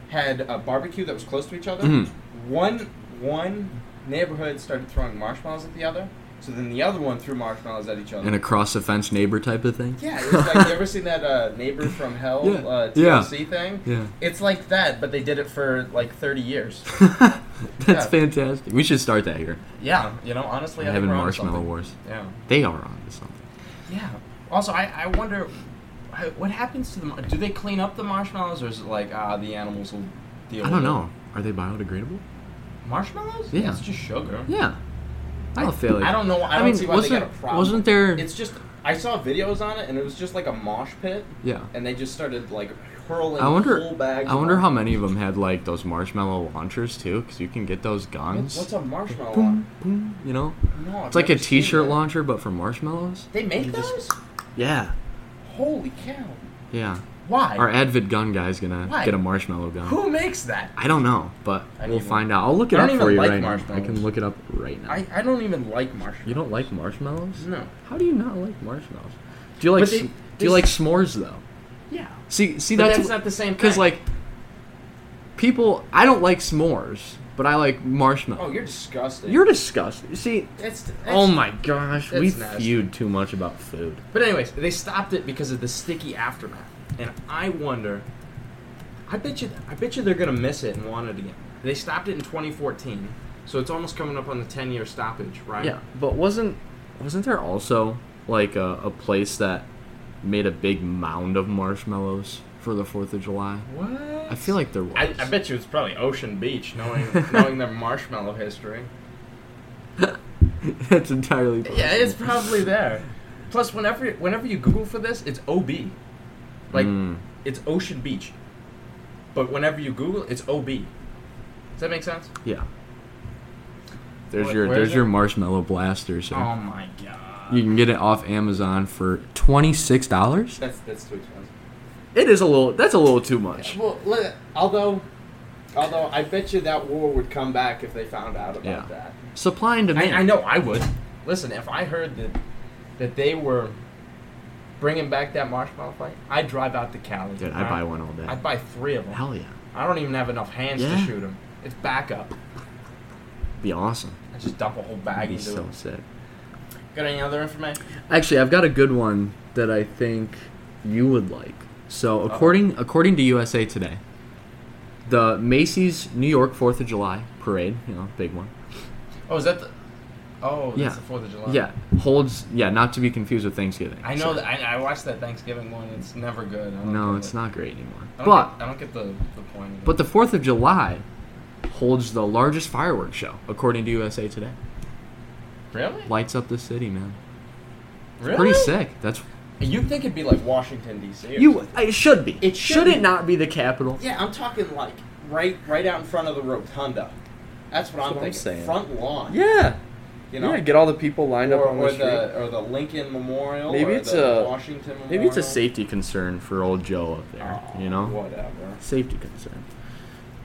Speaker 2: had a barbecue that was close to each other.
Speaker 1: Mhm.
Speaker 2: One one neighborhood started throwing marshmallows at the other. So then the other one threw marshmallows at each other.
Speaker 1: An across the fence neighbor type of thing.
Speaker 2: yeah, it was like you ever seen that uh, neighbor from hell
Speaker 1: Yeah,
Speaker 2: uh,
Speaker 1: yeah.
Speaker 2: TLC thing?
Speaker 1: (laughs)
Speaker 2: (laughs)
Speaker 1: Yeah.
Speaker 2: It's like that, but they did it for like 30 years.
Speaker 1: That's
Speaker 2: Yeah.
Speaker 1: fantastic. We should start that here.
Speaker 2: Yeah, you know, honestly, I think
Speaker 1: Having
Speaker 2: we're onto
Speaker 1: marshmallow
Speaker 2: something.
Speaker 1: wars.
Speaker 2: Yeah.
Speaker 1: They are on to something.
Speaker 2: Yeah. Also, I, I wonder I- what happens to them. Do they clean up the marshmallows, or is it like ah the animals will deal?
Speaker 1: I don't
Speaker 2: with
Speaker 1: know. Are they biodegradable?
Speaker 2: it? Marshmallows?
Speaker 1: Yeah.
Speaker 2: it's just sugar.
Speaker 1: Yeah. I don't feel like.
Speaker 2: I don't know.
Speaker 1: I
Speaker 2: I, don't
Speaker 1: mean,
Speaker 2: see why they
Speaker 1: wasn't
Speaker 2: got a problem.
Speaker 1: wasn't there?
Speaker 2: It's just I saw videos on it, and it was just like a mosh pit,
Speaker 1: yeah.
Speaker 2: and they just started like hurling
Speaker 1: I wonder.
Speaker 2: whole bags.
Speaker 1: I
Speaker 2: of
Speaker 1: wonder how
Speaker 2: marshmallows.
Speaker 1: many of them had like those marshmallow launchers too, because you can get those guns.
Speaker 2: What's a marshmallow?
Speaker 1: boom,
Speaker 2: on?
Speaker 1: boom. You know,
Speaker 2: No, I've
Speaker 1: it's like a
Speaker 2: never seen
Speaker 1: T-shirt
Speaker 2: that.
Speaker 1: launcher, but for marshmallows.
Speaker 2: They make
Speaker 1: You just-
Speaker 2: those?
Speaker 1: Yeah.
Speaker 2: Holy cow!
Speaker 1: Yeah.
Speaker 2: Why?
Speaker 1: Our Advid gun guy's gonna
Speaker 2: Why?
Speaker 1: get a marshmallow gun.
Speaker 2: Who makes that?
Speaker 1: I don't know, but
Speaker 2: I
Speaker 1: we'll
Speaker 2: need one.
Speaker 1: find out. I'll look it
Speaker 2: I
Speaker 1: up
Speaker 2: don't
Speaker 1: for
Speaker 2: even
Speaker 1: you
Speaker 2: like
Speaker 1: right now. I
Speaker 2: marshmallows.
Speaker 1: can look it up right now.
Speaker 2: I, I don't even like marshmallows.
Speaker 1: You don't like marshmallows?
Speaker 2: No.
Speaker 1: How do you not like marshmallows? Do you like
Speaker 2: But they-
Speaker 1: s- do
Speaker 2: they-
Speaker 1: you like s'mores though?
Speaker 2: Yeah.
Speaker 1: See, see
Speaker 2: But
Speaker 1: that's
Speaker 2: that's not the same
Speaker 1: because
Speaker 2: thing.
Speaker 1: like people. I don't like s'mores, but I like marshmallows.
Speaker 2: Oh, you're disgusting.
Speaker 1: You're disgusting. See,
Speaker 2: That's, that's
Speaker 1: oh my gosh, we
Speaker 2: that's nasty.
Speaker 1: feud too much about food.
Speaker 2: But anyways, they stopped it because of the sticky aftermath. And I wonder I bet you I bet you they're going to miss it and want it again. They stopped it in 2014. So it's almost coming up on the 10-year stoppage, right?
Speaker 1: Yeah, but wasn't wasn't there also like a, a place that made a big mound of marshmallows for the Fourth of July?
Speaker 2: What?
Speaker 1: I feel like there was.
Speaker 2: I, I
Speaker 1: (laughs)
Speaker 2: bet you it's probably Ocean Beach, knowing knowing their marshmallow history.
Speaker 1: that's entirely. Possible.
Speaker 2: Yeah, it's probably there. Plus, whenever whenever you Google for this, it's OB. Like
Speaker 1: Mm.
Speaker 2: it's Ocean Beach, but whenever you Google, it's OB. Does that make sense?
Speaker 1: Yeah. There's
Speaker 2: Wait,
Speaker 1: your
Speaker 2: where
Speaker 1: there's
Speaker 2: is
Speaker 1: your
Speaker 2: it?
Speaker 1: marshmallow blaster, sir.
Speaker 2: Oh my god.
Speaker 1: you can get it off Amazon for twenty six dollars.
Speaker 4: That's that's too expensive.
Speaker 1: It is a little. That's a little too much.
Speaker 4: Well, let, although, although I bet you that war would come back if they found out about
Speaker 1: Yeah.
Speaker 4: that.
Speaker 1: Supply and
Speaker 2: I,
Speaker 1: demand.
Speaker 2: I know I would. Listen, if I heard that that they were bringing back that marshmallow fight, I'd drive out to Cali.
Speaker 1: Dude, I buy one all day.
Speaker 2: I'd buy three of them.
Speaker 1: Hell yeah,
Speaker 2: I don't even have enough hands
Speaker 1: Yeah.
Speaker 2: to shoot them. It's backup.
Speaker 1: be awesome.
Speaker 2: I just dump a whole bag
Speaker 1: Be
Speaker 2: into
Speaker 1: so
Speaker 2: it.
Speaker 1: sick.
Speaker 2: Got any other information?
Speaker 1: Actually, I've got a good one that I think you would like. So, according according to USA Today, the Macy's New York Fourth of July parade, you know, big one.
Speaker 2: Oh, is that the? Oh, that's
Speaker 1: Yeah.
Speaker 2: the Fourth of July.
Speaker 1: Yeah, holds. Yeah, not to be confused with Thanksgiving.
Speaker 2: I know
Speaker 1: So-
Speaker 2: that. I, I watched that Thanksgiving one. It's never good. I don't
Speaker 1: No,
Speaker 2: get
Speaker 1: it's
Speaker 2: it.
Speaker 1: not great anymore.
Speaker 2: I don't
Speaker 1: But
Speaker 2: get, I don't get the, the point. Of it.
Speaker 1: but the Fourth of July holds the largest fireworks show, according to USA Today.
Speaker 2: really,
Speaker 1: Lights up the city, man.
Speaker 2: really,
Speaker 1: Pretty sick. That's
Speaker 2: You think it'd be like Washington D.C. or
Speaker 1: you. uh, It should be.
Speaker 4: It should
Speaker 1: should
Speaker 4: be.
Speaker 1: it not be the capital?
Speaker 4: Yeah, I'm talking like right, right out in front of the rotunda. That's what I'm
Speaker 1: what I'm
Speaker 4: thinking.
Speaker 1: saying.
Speaker 4: Front lawn.
Speaker 1: Yeah.
Speaker 4: You know.
Speaker 1: get all the people lined
Speaker 4: or, or the or the Lincoln Memorial.
Speaker 1: Maybe
Speaker 4: or
Speaker 1: it's
Speaker 4: the
Speaker 1: a-
Speaker 4: Washington. Memorial.
Speaker 1: Maybe it's a safety concern for old Joe up there.
Speaker 4: Oh,
Speaker 1: you know,
Speaker 4: Whatever.
Speaker 1: safety concern.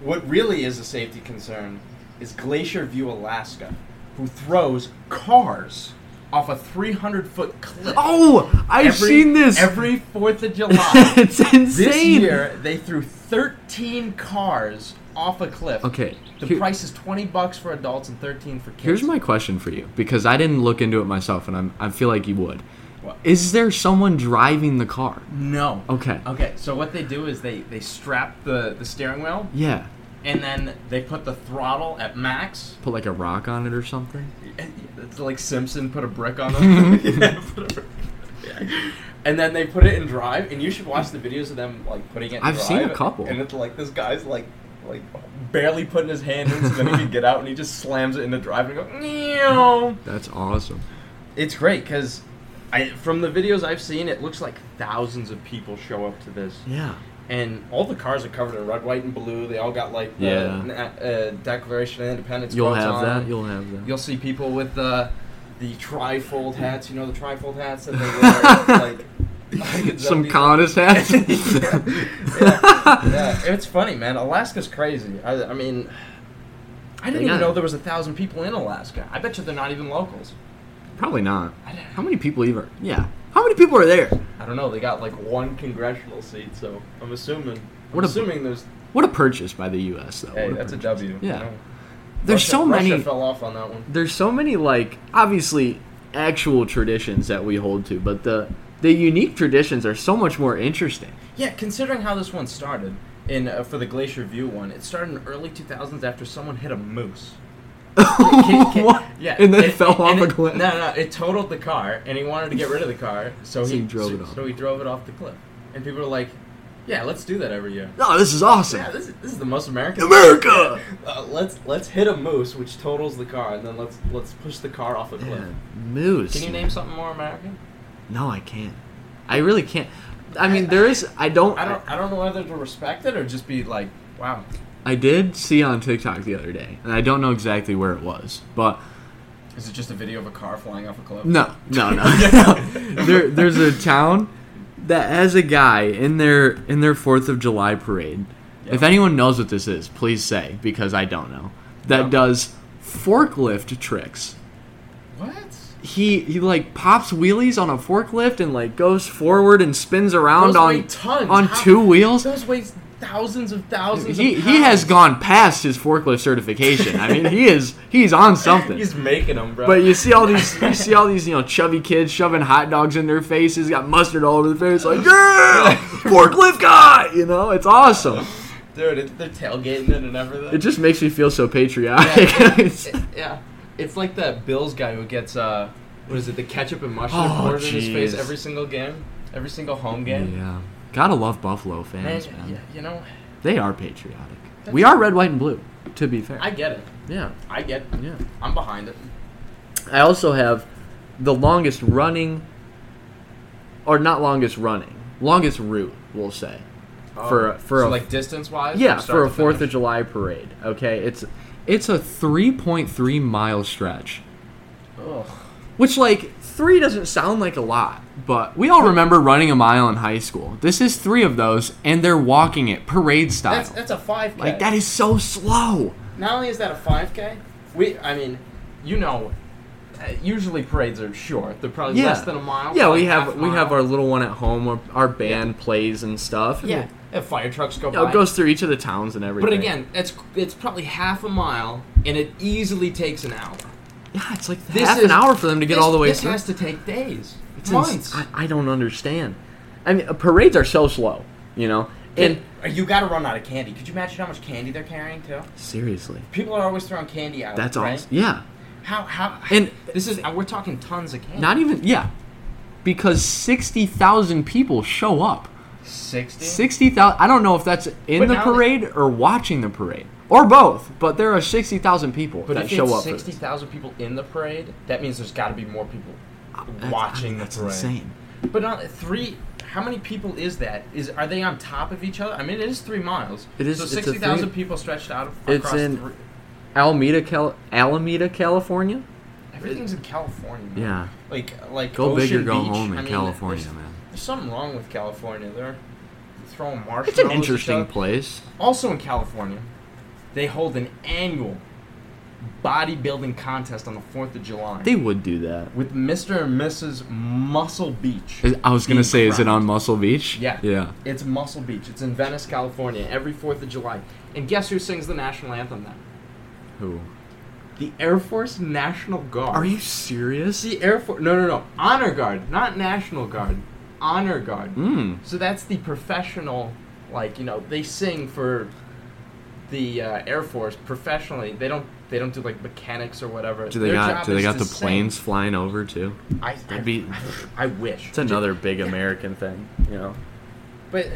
Speaker 4: What really is a safety concern is Glacier View, Alaska, who throws cars
Speaker 2: off a 300 foot cliff.
Speaker 1: Oh, I've
Speaker 2: Every-
Speaker 1: seen this. (laughs)
Speaker 2: every Fourth of July.
Speaker 1: it's insane.
Speaker 2: this year they threw 13 cars off a cliff.
Speaker 1: Okay.
Speaker 2: The
Speaker 1: here-
Speaker 2: price is 20 bucks for adults and 13 for kids.
Speaker 1: Here's my question for you because I didn't look into it myself, and I'm, I feel like you would.
Speaker 2: What?
Speaker 1: Is there someone driving the car?
Speaker 2: no.
Speaker 1: Okay.
Speaker 4: Uh-huh.
Speaker 2: Okay. So what they do is they they strap the the steering wheel
Speaker 1: Yeah.
Speaker 2: and then they put the throttle at max.
Speaker 1: Put like a rock on it or something.
Speaker 2: It's like Simpson put a brick
Speaker 4: (laughs)
Speaker 2: on them. yeah, put a brick. Yeah.
Speaker 4: and then they put it in drive. And you should watch the videos of them like putting it. in
Speaker 1: I've seen a
Speaker 4: drive,
Speaker 1: couple.
Speaker 4: And it's like this guy's like like barely putting his hand in so then he can get out, and he just slams it into drive and go.
Speaker 2: Meow.
Speaker 1: That's awesome.
Speaker 2: It's great because I from the videos I've seen, it looks like thousands of people show up to this,
Speaker 1: Yeah.
Speaker 2: and
Speaker 4: All the cars are covered in red, white, and blue. They all got like the
Speaker 1: Yeah.
Speaker 4: na- uh, Declaration of Independence.
Speaker 1: You'll
Speaker 4: quotes
Speaker 1: have
Speaker 4: on.
Speaker 1: that. You'll have that.
Speaker 2: you'll see people with uh,
Speaker 4: the trifold hats. You know the trifold hats that they wear. like, like in
Speaker 1: Some
Speaker 4: 70s.
Speaker 2: (laughs)
Speaker 1: communist hats.
Speaker 4: Yeah,
Speaker 2: It's funny, man. Alaska's crazy. I, I mean, I didn't
Speaker 1: They
Speaker 2: even
Speaker 1: got
Speaker 2: know
Speaker 1: it.
Speaker 2: there was a thousand people in Alaska. I bet you they're not even locals.
Speaker 1: (laughs) Probably not.
Speaker 2: I don't,
Speaker 1: How many people even? Yeah. How many people are there?
Speaker 2: I don't know. They got like one.
Speaker 4: one congressional seat, so I'm assuming. I'm
Speaker 1: What a-
Speaker 4: assuming there's.
Speaker 1: What a purchase by the U.S. though.
Speaker 4: Hey,
Speaker 1: What a
Speaker 4: that's a
Speaker 1: purchase.
Speaker 4: W.
Speaker 1: Yeah.
Speaker 4: No.
Speaker 1: There's
Speaker 4: Russia-
Speaker 1: so many.
Speaker 4: Russia fell off on that one.
Speaker 1: there's so many like obviously actual traditions that we hold to, but the the unique traditions are so much more interesting.
Speaker 2: Yeah, considering how this one started, in uh, for the Glacier View one, it started in early 2000s after someone hit
Speaker 1: (laughs)
Speaker 2: a moose. Kid- kid-
Speaker 1: What?
Speaker 2: Yeah,
Speaker 1: And then
Speaker 2: it-
Speaker 1: fell
Speaker 2: it-
Speaker 1: off
Speaker 2: and
Speaker 1: a
Speaker 2: it-
Speaker 1: cliff.
Speaker 2: No, no, it totaled the car, and he wanted to get rid of the car, so,
Speaker 1: So
Speaker 2: he
Speaker 1: he drove it off.
Speaker 2: So he drove it off the cliff, and people are like, "Yeah, let's do that every year."
Speaker 1: Oh, this is awesome.
Speaker 2: Yeah, this is, this is the most American.
Speaker 1: America.
Speaker 4: Uh, let's let's hit a moose, which totals the car, and then let's let's push the car off a cliff.
Speaker 1: Yeah, moose.
Speaker 2: Can you name something more American?
Speaker 1: No, I can't. I really can't. I mean, there is. I don't.
Speaker 2: I don't. I don't know whether to respect it or just be like, "Wow."
Speaker 1: I did see on TikTok the other day, and I don't know exactly where it was, but
Speaker 2: Is it just a video of a car flying off a cliff?
Speaker 1: no, no, (laughs) no. there, there's a town that has a guy in their in their Fourth of July parade. If anyone knows what this is, please say because I don't know. That
Speaker 2: Yeah.
Speaker 1: does forklift tricks.
Speaker 2: What?
Speaker 1: He he like pops wheelies on a forklift and like goes forward and spins around
Speaker 2: Those
Speaker 1: on
Speaker 2: weigh tons.
Speaker 1: on
Speaker 2: How-
Speaker 1: two wheels.
Speaker 2: Those weighs thousands of thousands.
Speaker 1: he
Speaker 2: of
Speaker 1: he has
Speaker 2: pounds.
Speaker 1: gone past his forklift certification. I mean, he is he's on something.
Speaker 4: He's making them, bro.
Speaker 1: but you see all these you see all these you know chubby kids shoving hot dogs in their faces, got mustard all over their face, like yeah, forklift guy. You know, it's awesome.
Speaker 4: dude, it, they're tailgating it and everything.
Speaker 1: It just makes me feel so patriotic. (laughs) It's-
Speaker 4: yeah, it's like that Bills guy who gets uh, what is it, the ketchup and mustard
Speaker 1: Oh,
Speaker 4: poured in his face
Speaker 1: jeez.
Speaker 4: every single game, every single home game.
Speaker 1: yeah, gotta love Buffalo fans, man.
Speaker 2: Man, yeah, you know,
Speaker 1: They are patriotic. We are red, white, and blue. To be fair,
Speaker 2: I get it.
Speaker 1: yeah,
Speaker 2: I get. It.
Speaker 1: yeah.
Speaker 2: I'm behind it.
Speaker 1: I also have the longest running or not longest running, longest route, we'll say. for for
Speaker 5: so
Speaker 1: a,
Speaker 5: like distance wise.
Speaker 1: yeah, for a Fourth of July parade. Okay, it's it's a 3.3 mile stretch,
Speaker 5: Ugh.
Speaker 1: which like three doesn't sound like a lot, but we all remember running a mile in high school. This is three of those, and they're walking it parade style.
Speaker 2: That's that's a five k.
Speaker 1: like that is so slow.
Speaker 2: Not only is that a five k, we I mean, you know, uh, usually parades are short. They're probably
Speaker 1: Yeah.
Speaker 2: less than a mile.
Speaker 1: Yeah, we
Speaker 2: like half
Speaker 1: have
Speaker 2: a
Speaker 1: we have
Speaker 2: mile.
Speaker 1: our little one at home. Where our band plays and stuff. and
Speaker 2: yeah. yeah, fire trucks go
Speaker 1: You know,
Speaker 2: by.
Speaker 1: it goes through each of the towns and everything.
Speaker 2: but again, it's it's probably half a mile, and it easily takes an hour.
Speaker 1: yeah, it's like
Speaker 2: This
Speaker 1: half
Speaker 2: is-
Speaker 1: an hour for them to get
Speaker 2: This-
Speaker 1: all the way
Speaker 2: This
Speaker 1: through.
Speaker 2: has to take days,
Speaker 1: It's ins-
Speaker 2: months.
Speaker 1: I, I don't understand. I mean, uh, parades are so slow, you know. And
Speaker 5: And
Speaker 2: uh,
Speaker 5: you got to run out of candy. Could you imagine how much candy they're carrying too?
Speaker 1: seriously,
Speaker 5: People are always throwing candy out.
Speaker 1: that's
Speaker 5: right?
Speaker 1: awesome. Yeah,
Speaker 5: How how
Speaker 1: and
Speaker 2: this is and we're talking tons of candy.
Speaker 1: not even yeah, because sixty thousand people show up.
Speaker 5: sixty?
Speaker 1: Sixty thousand. I don't know if that's in
Speaker 5: But
Speaker 1: the
Speaker 5: now they-
Speaker 1: parade or watching the parade or both. But there are sixty thousand people
Speaker 2: but
Speaker 1: that
Speaker 2: if
Speaker 1: show
Speaker 2: it's
Speaker 1: up. for
Speaker 2: sixty
Speaker 1: this.
Speaker 2: thousand people in the parade, that means there's got to be more people
Speaker 1: That's-
Speaker 2: watching
Speaker 1: that's
Speaker 2: the parade.
Speaker 1: insane.
Speaker 2: But not three. How many people is that? Is are they on top of each other? I mean, it is three miles.
Speaker 1: It is-
Speaker 2: So
Speaker 1: it's a
Speaker 2: sixty thousand
Speaker 1: three-
Speaker 2: people stretched out ac-
Speaker 1: It's
Speaker 2: across.
Speaker 1: in-
Speaker 2: three,
Speaker 1: Alameda, Cal- Alameda, California.
Speaker 2: everything's in California.
Speaker 1: Yeah,
Speaker 2: Like like
Speaker 1: go
Speaker 2: Ocean
Speaker 1: big or go
Speaker 2: Beach.
Speaker 1: home in
Speaker 2: I mean,
Speaker 1: California,
Speaker 2: There's,
Speaker 1: man.
Speaker 2: there's something wrong with California. They're throwing marshmallows.
Speaker 1: It's an
Speaker 2: at
Speaker 1: interesting
Speaker 2: each other.
Speaker 1: place.
Speaker 2: Also in California, they hold an annual bodybuilding contest on the Fourth of July
Speaker 1: They would do that.
Speaker 2: with Mr. and Mrs. Muscle Beach.
Speaker 1: Is- I was gonna
Speaker 2: being
Speaker 1: say, is it
Speaker 2: crowned.
Speaker 1: on Muscle Beach?
Speaker 2: Yeah.
Speaker 1: Yeah.
Speaker 2: It's Muscle Beach. It's in Venice, California, every 4th of July. And guess who sings the national anthem then?
Speaker 1: Who?
Speaker 2: The Air Force National Guard.
Speaker 1: Are you serious?
Speaker 2: The Air Force. No, no, no. Honor Guard, not National Guard. Honor Guard.
Speaker 1: Mm.
Speaker 2: So that's the professional, like, you know, they sing for the uh, Air Force professionally. They don't. They don't do like mechanics or whatever.
Speaker 1: Do they
Speaker 2: Their
Speaker 1: got
Speaker 2: job
Speaker 1: do they
Speaker 2: is
Speaker 1: got
Speaker 2: to
Speaker 1: the
Speaker 2: sing.
Speaker 1: planes flying over too?
Speaker 2: I, I,
Speaker 1: That'd be-
Speaker 2: I wish.
Speaker 1: It's another big American thing, you know.
Speaker 2: But,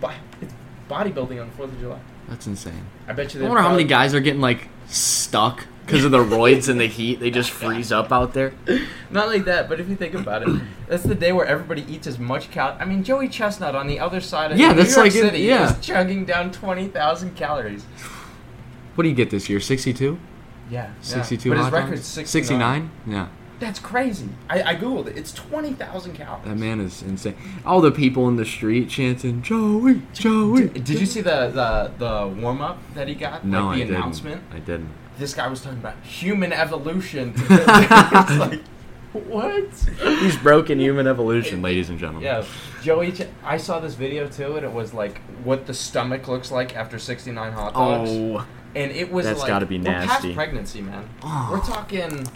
Speaker 2: but it's bodybuilding on the Fourth of July.
Speaker 1: That's insane.
Speaker 2: I bet you.
Speaker 1: I
Speaker 2: they
Speaker 1: wonder how many
Speaker 2: probably-
Speaker 1: guys are getting like stuck because of the roids and the heat. They just freeze up out there.
Speaker 2: Not like that, but if you think about
Speaker 1: (clears throat)
Speaker 2: it, that's the day where everybody eats as much cal. I mean, Joey Chestnut on the other side of
Speaker 1: Yeah,
Speaker 2: New
Speaker 1: that's
Speaker 2: York
Speaker 1: like in-
Speaker 2: City
Speaker 1: yeah.
Speaker 2: is chugging down twenty thousand calories.
Speaker 1: What do you get this year? 62?
Speaker 2: Yeah,
Speaker 1: 62
Speaker 2: But
Speaker 1: hot
Speaker 2: his
Speaker 1: dogs?
Speaker 2: record's
Speaker 1: 69?
Speaker 2: sixty-nine.
Speaker 1: Yeah.
Speaker 2: That's crazy. I, I googled it. It's twenty thousand calories.
Speaker 1: That man is insane. All the people in the street chanting Joey, Joey.
Speaker 2: Did, did you see the the, the warm up that he got?
Speaker 1: No,
Speaker 2: like the
Speaker 1: I
Speaker 2: announcement.
Speaker 1: didn't. I didn't.
Speaker 2: This guy was talking about human evolution. (laughs) it's like
Speaker 1: (laughs)
Speaker 2: what?
Speaker 1: He's broken human evolution, ladies and gentlemen.
Speaker 2: Yeah, Joey. Ch- I saw this video too, and it was like what the stomach looks like after 69 hot dogs,
Speaker 1: Oh.
Speaker 2: and it was
Speaker 1: that's
Speaker 2: like
Speaker 1: gotta be
Speaker 2: we're
Speaker 1: nasty.
Speaker 2: past pregnancy, man.
Speaker 1: Oh.
Speaker 2: We're talking.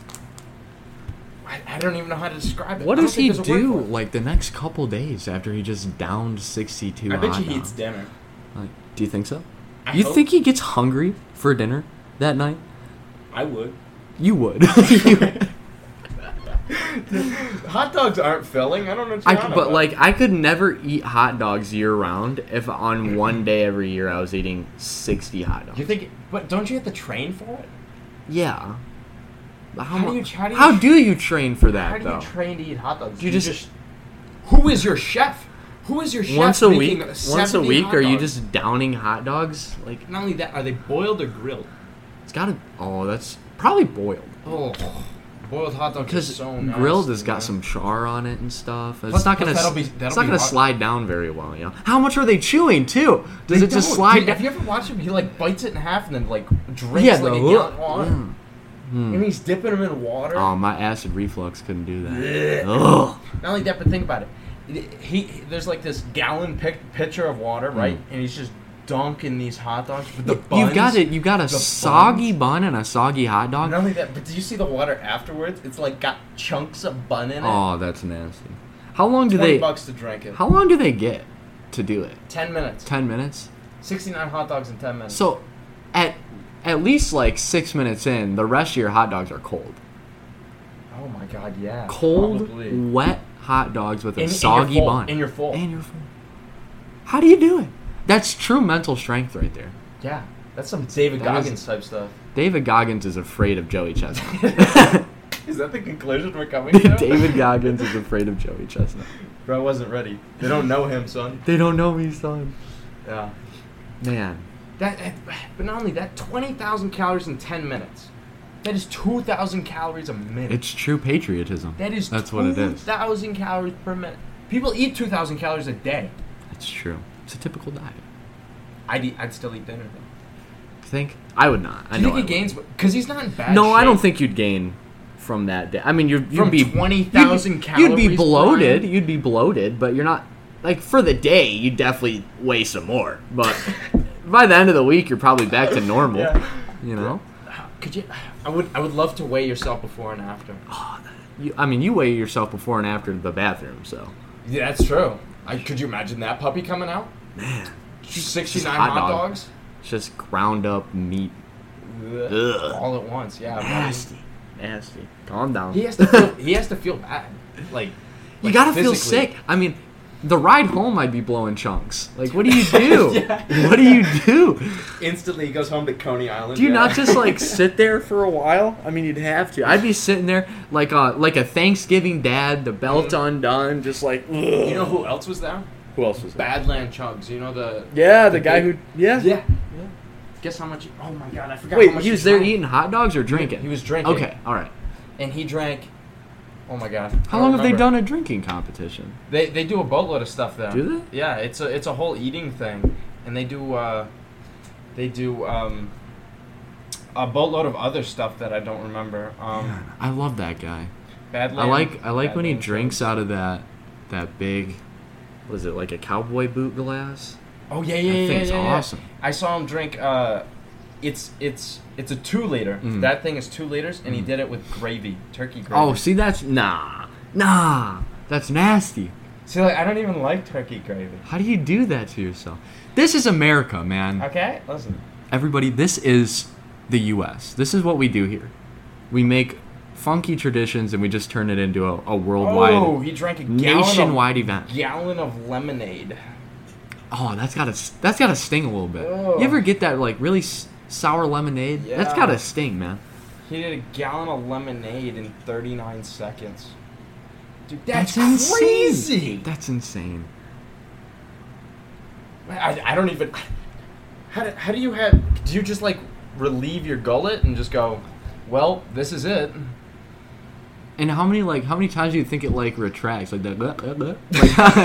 Speaker 2: I, I don't even know how to describe it.
Speaker 1: What
Speaker 2: I don't
Speaker 1: does he
Speaker 2: think there's a word
Speaker 1: do
Speaker 2: for it.
Speaker 1: like the next couple days after he just downed 62
Speaker 2: I bet
Speaker 1: hot
Speaker 2: you he eats
Speaker 1: dogs?
Speaker 2: dinner.
Speaker 1: Like, do you think so?
Speaker 2: I
Speaker 1: you
Speaker 2: hope-
Speaker 1: think he gets hungry for dinner that night?
Speaker 2: I would.
Speaker 1: You would. (laughs) You-
Speaker 2: (laughs) Hot dogs aren't filling. I don't know. What
Speaker 1: I
Speaker 2: you're
Speaker 1: could-
Speaker 2: on
Speaker 1: but
Speaker 2: about.
Speaker 1: like I could never eat hot dogs year round if on one day every year I was eating 60 hot dogs.
Speaker 2: you think, but don't you have to train for it?
Speaker 1: yeah. But How,
Speaker 2: How do
Speaker 1: mu-
Speaker 2: you- how do you-
Speaker 1: you train for that
Speaker 2: How do
Speaker 1: though?
Speaker 2: you train to eat hot dogs?
Speaker 1: Do you just-
Speaker 2: who is your chef? Who is your chef?
Speaker 1: once a
Speaker 2: making
Speaker 1: week, once a
Speaker 2: 70
Speaker 1: week
Speaker 2: hot
Speaker 1: are you
Speaker 2: dogs?
Speaker 1: just downing hot dogs? Like
Speaker 2: Not only that, are they boiled or grilled?
Speaker 1: it's got to Oh, that's probably boiled.
Speaker 2: Oh, boiled hot dogs
Speaker 1: Because
Speaker 2: is so nasty,
Speaker 1: grilled has got
Speaker 2: man.
Speaker 1: some (laughs) char on it and stuff. It's
Speaker 2: Plus-
Speaker 1: not gonna.
Speaker 2: plus that'll
Speaker 1: s-
Speaker 2: be-
Speaker 1: it's
Speaker 2: that'll
Speaker 1: not
Speaker 2: be
Speaker 1: gonna
Speaker 2: hot.
Speaker 1: slide down very well. You know. How much are they chewing too? Does
Speaker 2: They
Speaker 1: it just
Speaker 2: don't.
Speaker 1: slide?
Speaker 2: Dude, have
Speaker 1: down?
Speaker 2: you ever watched him? He like bites it in half and then like drinks
Speaker 1: Yeah,
Speaker 2: like
Speaker 1: the
Speaker 2: a
Speaker 1: whoop.
Speaker 2: gallon of water,
Speaker 1: Mm.
Speaker 2: and he's dipping them in water.
Speaker 1: Oh, my acid reflux couldn't do that.
Speaker 2: Blech.
Speaker 1: Ugh.
Speaker 2: Not only that, but think about it. He, he- there's like this gallon pic- pitcher of
Speaker 1: Mm.
Speaker 2: water, right? And he's just dunking these hot dogs with the buns.
Speaker 1: You've got it. You've got a
Speaker 2: the
Speaker 1: soggy bun and a soggy hot dog.
Speaker 2: Not only that, but do you see the water afterwards? It's like got chunks of bun in it.
Speaker 1: Oh, that's nasty. How long do
Speaker 2: Twenty
Speaker 1: they?
Speaker 2: bucks to drink it.
Speaker 1: How long do they get to do it?
Speaker 2: Ten minutes.
Speaker 1: Ten minutes.
Speaker 2: Sixty-nine hot dogs in ten minutes.
Speaker 1: So, at at least like six minutes in, the rest of your hot dogs are cold.
Speaker 2: oh my god, yeah.
Speaker 1: cold,
Speaker 2: Probably.
Speaker 1: wet hot dogs with a
Speaker 2: And- and you're
Speaker 1: soggy
Speaker 2: full.
Speaker 1: bun.
Speaker 2: And you're full.
Speaker 1: And you're full. How do you do it? That's true mental strength right there.
Speaker 2: Yeah, that's some David
Speaker 1: That is-
Speaker 2: Goggins type stuff.
Speaker 1: (laughs) David Goggins is afraid of Joey Chestnut.
Speaker 2: He's
Speaker 6: that the conclusion we're coming
Speaker 1: (laughs)
Speaker 6: to?
Speaker 1: David Goggins is afraid of Joey Chestnut.
Speaker 6: Bro, I wasn't ready. They don't know him, son.
Speaker 1: They don't know me, son.
Speaker 6: Yeah.
Speaker 1: Man,
Speaker 2: That, that- but not only that, twenty thousand calories in ten minutes. That is two thousand calories a minute.
Speaker 1: it's true patriotism.
Speaker 2: that is
Speaker 1: that's what it is.
Speaker 2: Thousand calories per minute. People eat two thousand calories a day.
Speaker 1: That's true. It's a typical diet.
Speaker 2: I'd eat, I'd still eat dinner though.
Speaker 1: Think I would not. I
Speaker 2: Do you
Speaker 1: know
Speaker 2: think
Speaker 1: I
Speaker 2: he gains? Because he's not in bad.
Speaker 1: would. No, I don't
Speaker 2: shape.
Speaker 1: think you'd gain from that day. I mean, you'd, you'd
Speaker 2: From
Speaker 1: be
Speaker 2: 20,000
Speaker 1: you'd be- You'd be
Speaker 2: calories,
Speaker 1: bloated.
Speaker 2: Brian.
Speaker 1: You'd be bloated, but you're not like for the day. You definitely weigh some more,
Speaker 2: (laughs)
Speaker 1: but by the end of the week, you're probably back to normal.
Speaker 6: Yeah.
Speaker 1: You know.
Speaker 2: Could you? I would. I would love to weigh yourself before and after.
Speaker 1: You, I mean, you weigh yourself before and after the bathroom, so.
Speaker 2: Yeah, that's true. I, could you imagine that puppy coming out? Man, sixty nine
Speaker 1: Hot
Speaker 2: hot,
Speaker 1: dog.
Speaker 2: dogs
Speaker 1: It's just ground up meat. Ugh.
Speaker 2: all at once. Yeah, buddy.
Speaker 1: Nasty. Nasty. Calm down.
Speaker 2: he has to. Feel, he has to feel bad. Like
Speaker 1: you
Speaker 2: like
Speaker 1: gotta feel
Speaker 2: physically.
Speaker 1: sick. I mean, the ride home, I'd be blowing chunks. Like, what do
Speaker 2: (laughs)
Speaker 1: you do? What do you do?
Speaker 6: Instantly, he goes home to Coney Island.
Speaker 1: Do you
Speaker 6: Yeah.
Speaker 1: not (laughs) just
Speaker 2: (laughs)
Speaker 1: like sit there for a while? I mean, you'd have to. I'd be sitting there like a like a Thanksgiving dad, the belt undone, just like. Ugh.
Speaker 2: You know who else was there?
Speaker 1: who else was
Speaker 2: Badland Chugs. You know the.
Speaker 1: Yeah, the guy who. Yeah.
Speaker 2: Yeah. Guess how much? he- oh my god, I forgot.
Speaker 1: Wait,
Speaker 2: how much
Speaker 1: he was there
Speaker 2: drank.
Speaker 1: eating hot dogs or drinking?
Speaker 2: He was drinking.
Speaker 1: Okay, all right.
Speaker 2: And he drank. Oh my god.
Speaker 1: How long have they done a drinking competition?
Speaker 2: They they do a boatload of stuff there.
Speaker 1: Do they?
Speaker 2: Yeah, it's a it's a whole eating thing, and they do uh, they do um, a boatload of other stuff that I don't remember. Um,
Speaker 1: I love that guy.
Speaker 2: Badland.
Speaker 1: I like I like when he
Speaker 2: Badland
Speaker 1: drinks out of that that big what is it like a cowboy boot glass?
Speaker 2: Chugs. Oh yeah, yeah,
Speaker 1: I
Speaker 2: yeah,
Speaker 1: think
Speaker 2: yeah,
Speaker 1: it's
Speaker 2: yeah, yeah.
Speaker 1: awesome.
Speaker 2: I saw him drink. Uh, it's it's it's a two liter.
Speaker 1: Mhm.
Speaker 2: That thing is two liters, and he did it with gravy, turkey gravy.
Speaker 1: Mm-hmm. Oh, see that's nah. Nah. That's nasty.
Speaker 2: see, like, I don't even like turkey gravy.
Speaker 1: How do you do that to yourself? This is America, man.
Speaker 2: Okay, listen.
Speaker 1: Everybody, this is the US. This is what we do here. We make funky traditions and we just turn it into a, a worldwide
Speaker 2: Oh, he drank a gallon
Speaker 1: nationwide event.
Speaker 2: of, gallon of lemonade.
Speaker 1: Oh, that's gotta that's gotta sting a little bit.
Speaker 2: Ugh.
Speaker 1: You ever get that like really s- sour lemonade? That's
Speaker 2: Oh. Yeah.
Speaker 1: gotta sting, man.
Speaker 2: He did a gallon of lemonade in 39 seconds. Dude,
Speaker 1: That's
Speaker 2: that's,
Speaker 1: insane.
Speaker 2: crazy.
Speaker 1: That's insane.
Speaker 2: I, I don't even. How do, how do you have? Do you just like relieve your gullet and just go? Well, this is it. (laughs)
Speaker 1: And how many like how many times do you think it like retracts like that? (laughs) bleh, bleh, bleh?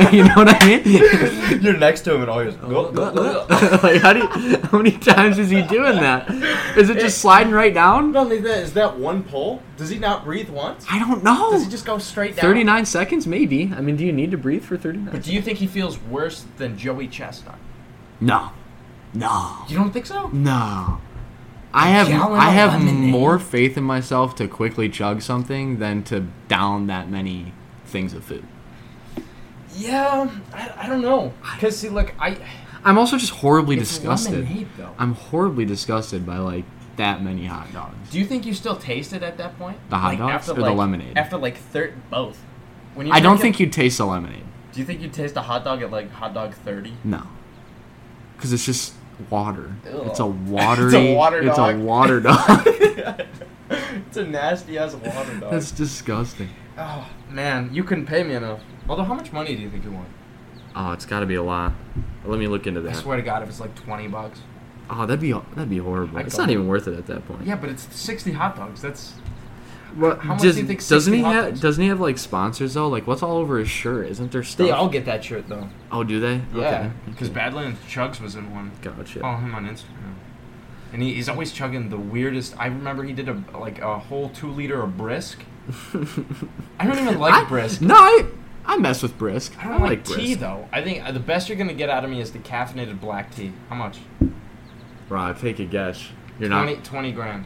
Speaker 1: Like, you know what I mean?
Speaker 2: You're next to him and all
Speaker 1: (laughs)
Speaker 2: you're.
Speaker 1: like how do you, how many times is he doing that? Is it just sliding right down?
Speaker 2: Not only that, is that one pull? Does he not breathe once?
Speaker 1: I don't know.
Speaker 2: Does he just go straight down?
Speaker 1: Thirty nine seconds, maybe. I mean, do you need to breathe for thirty nine?
Speaker 2: But do you think he feels worse than Joey Chestnut?
Speaker 1: No, no,
Speaker 2: You don't think so?
Speaker 1: no. I have
Speaker 2: gallon
Speaker 1: I
Speaker 2: of
Speaker 1: have
Speaker 2: lemonade.
Speaker 1: more faith in myself to quickly chug something than to down that many things of food.
Speaker 2: Yeah, I, I don't know. Cause see, look, I
Speaker 1: I'm also just horribly
Speaker 2: it's
Speaker 1: disgusted.
Speaker 2: lemonade though.
Speaker 1: I'm horribly disgusted by like that many hot dogs.
Speaker 2: Do you think you still taste it at that point?
Speaker 1: The hot dogs or the
Speaker 2: like,
Speaker 1: lemonade?
Speaker 2: After like third, both. When you
Speaker 1: I don't
Speaker 2: drink
Speaker 1: think you'd taste the lemonade.
Speaker 2: it- Do you think you taste a hot dog at like hot dog (laughs) thirty?
Speaker 1: No, because it's just water.
Speaker 2: (laughs) Ew.
Speaker 1: It's a watery.
Speaker 2: water
Speaker 1: it's a
Speaker 2: dog. (laughs)
Speaker 1: water dog.
Speaker 2: It's a nasty ass water dog.
Speaker 1: That's disgusting.
Speaker 2: oh man, you couldn't pay me enough. Although, how much money do you think you want?
Speaker 1: Oh, it's got to be a lot. Let me look into
Speaker 2: I
Speaker 1: that.
Speaker 2: swear to God, if it's like twenty bucks.
Speaker 1: Oh, that'd be that'd be horrible.
Speaker 2: I'd
Speaker 1: It's
Speaker 2: go-
Speaker 1: not even worth it at that point.
Speaker 2: Yeah, but it's sixty hot dogs. That's
Speaker 1: Well,
Speaker 2: how much
Speaker 1: does,
Speaker 2: do you think
Speaker 1: doesn't
Speaker 2: 60
Speaker 1: he
Speaker 2: hot
Speaker 1: have
Speaker 2: dogs-
Speaker 1: doesn't he have like sponsors though? Like what's all over his shirt? Isn't there stuff?
Speaker 2: they all get that shirt though.
Speaker 1: oh, do they?
Speaker 2: Yeah,
Speaker 1: Because
Speaker 2: because Badlands Chugs was in one.
Speaker 1: Gotcha.
Speaker 2: Follow him on Instagram. And he, he's always chugging the weirdest. I remember he did a like a whole two liter of brisk.
Speaker 1: (laughs)
Speaker 2: I don't even Oh. like
Speaker 1: I-
Speaker 2: brisk.
Speaker 1: No, I I mess with brisk.
Speaker 2: I don't like,
Speaker 1: brisk.
Speaker 2: tea though. I think uh, the best you're gonna get out of me is decaffeinated black tea. How much?
Speaker 1: Rob, take a guess. You're
Speaker 2: 20,
Speaker 1: not
Speaker 2: 20 grand.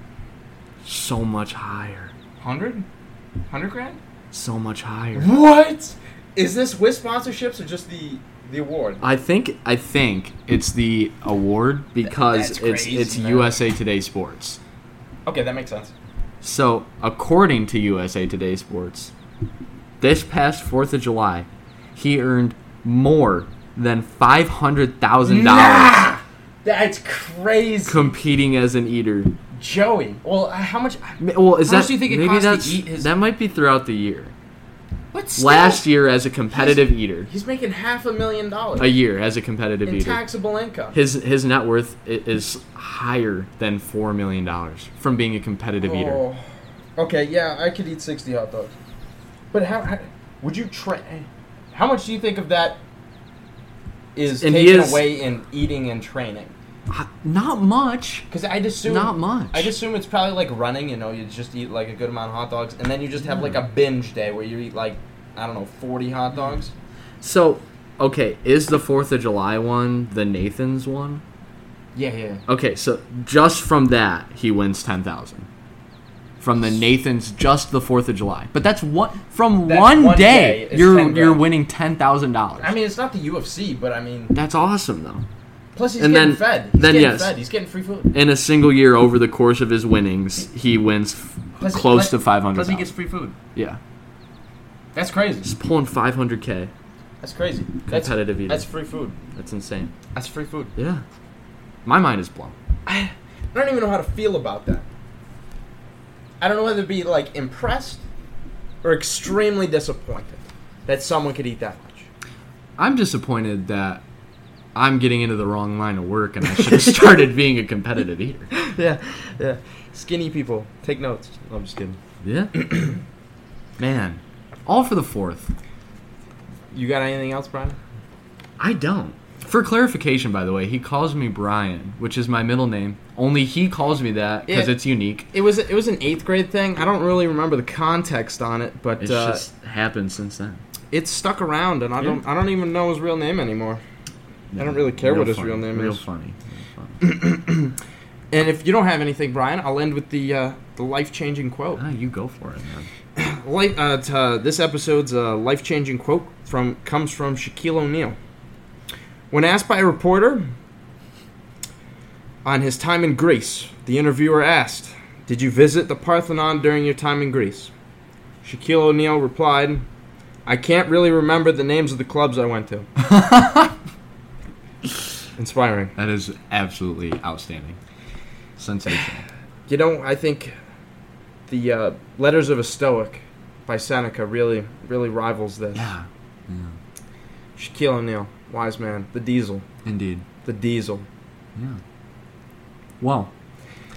Speaker 1: so much higher.
Speaker 2: 100? 100 grand?
Speaker 1: So much higher.
Speaker 2: What? Is this with sponsorships or just the the award?
Speaker 1: I think I think it's the award because
Speaker 2: that's
Speaker 1: it's
Speaker 2: crazy,
Speaker 1: it's
Speaker 2: man.
Speaker 1: USA Today Sports.
Speaker 2: Okay, that makes sense.
Speaker 1: So, according to USA Today Sports, this past 4th of July, he earned more than $500,000
Speaker 2: That's crazy.
Speaker 1: competing as an eater
Speaker 2: Joey. Well, uh, how much?
Speaker 1: Ma- Well, is
Speaker 2: How
Speaker 1: that
Speaker 2: much do you think it
Speaker 1: maybe
Speaker 2: costs to
Speaker 1: that's
Speaker 2: eat his-
Speaker 1: that might be throughout the year.
Speaker 2: What's
Speaker 1: Last year as a competitive eater,
Speaker 2: He's making half a million dollars
Speaker 1: a year as a competitive
Speaker 2: in
Speaker 1: eater.
Speaker 2: taxable income.
Speaker 1: His his net worth i- is higher than four million dollars from being a competitive eater.
Speaker 2: Oh. Okay, yeah, I could eat 60 hot dogs. But how, how would you tra- How much do you think of that is
Speaker 1: And he
Speaker 2: taken
Speaker 1: is-
Speaker 2: away in eating and training?
Speaker 1: H- Uh, Not much.
Speaker 2: Because I'd assume
Speaker 1: Not much.
Speaker 2: I'd assume it's probably like running. You know, you just eat like a good amount of hot dogs, and then you just have like a binge day where you eat like I don't know, 40 hot dogs.
Speaker 1: So, okay, is the Fourth of July one the Nathan's one?
Speaker 2: Yeah, yeah.
Speaker 1: Okay, so just from that, he wins ten thousand. From the Nathan's, just the Fourth of July, but that's what from
Speaker 2: That's
Speaker 1: one,
Speaker 2: one day,
Speaker 1: day,
Speaker 2: it's
Speaker 1: you're
Speaker 2: 10 grand.
Speaker 1: you're winning ten thousand dollars.
Speaker 2: I mean, it's not the UFC, but I mean,
Speaker 1: that's awesome though.
Speaker 2: plus he's
Speaker 1: And
Speaker 2: getting
Speaker 1: then-
Speaker 2: fed. He's
Speaker 1: then
Speaker 2: getting
Speaker 1: yes.
Speaker 2: fed. He's getting free food.
Speaker 1: In a single year, over the course of his winnings, he wins f-
Speaker 2: Plus-
Speaker 1: close
Speaker 2: plus-
Speaker 1: to five hundred.
Speaker 2: Plus he gets free food.
Speaker 1: yeah,
Speaker 2: That's crazy.
Speaker 1: just pulling five hundred k
Speaker 2: That's crazy. That's
Speaker 1: competitive eating.
Speaker 2: that's
Speaker 1: That's,
Speaker 2: free food.
Speaker 1: insane.
Speaker 2: That's free food.
Speaker 1: Yeah, my mind is blown.
Speaker 2: I, I don't even know how to feel about that. I don't know whether to be like impressed or extremely disappointed that someone could eat that much.
Speaker 1: I'm disappointed that I'm getting into the wrong line of work, and I should (laughs) have started being a competitive eater.
Speaker 2: (laughs) yeah, yeah. Skinny people, take notes. No, I'm just kidding.
Speaker 1: Yeah, (clears throat) man, all for the fourth.
Speaker 2: You got anything else, Brian?
Speaker 1: I don't. For clarification, by the way, he calls me Brian, which is my middle name. Only he calls me that because
Speaker 2: Yeah.
Speaker 1: it's unique.
Speaker 2: It was it was an eighth grade thing. I don't really remember the context on it, but
Speaker 1: It's
Speaker 2: uh,
Speaker 1: just happened since then.
Speaker 2: it's stuck around, and I
Speaker 1: Yeah.
Speaker 2: don't I don't even know his real name anymore. I don't really care what his real name
Speaker 1: real
Speaker 2: is. (laughs)
Speaker 1: Funny. Real funny.
Speaker 2: And if you don't have anything, Brian, I'll end with the uh, the life changing quote.
Speaker 1: Ah, you go for it, man.
Speaker 2: Life, uh, t- uh, this episode's uh, life-changing quote from comes from Shaquille O'Neal. When asked by a reporter on his time in Greece, the interviewer asked, "Did you visit the Parthenon during your time in Greece?" Shaquille O'Neal replied, "I can't really remember the names of the clubs I went to." Inspiring.
Speaker 1: That is absolutely outstanding. Sensational.
Speaker 2: You know, I think the uh, Letters of a Stoic by Seneca really, really rivals this.
Speaker 1: yeah. Yeah.
Speaker 2: Shaquille O'Neal, wise man, the Diesel,
Speaker 1: Indeed.
Speaker 2: the Diesel.
Speaker 1: Yeah. Well,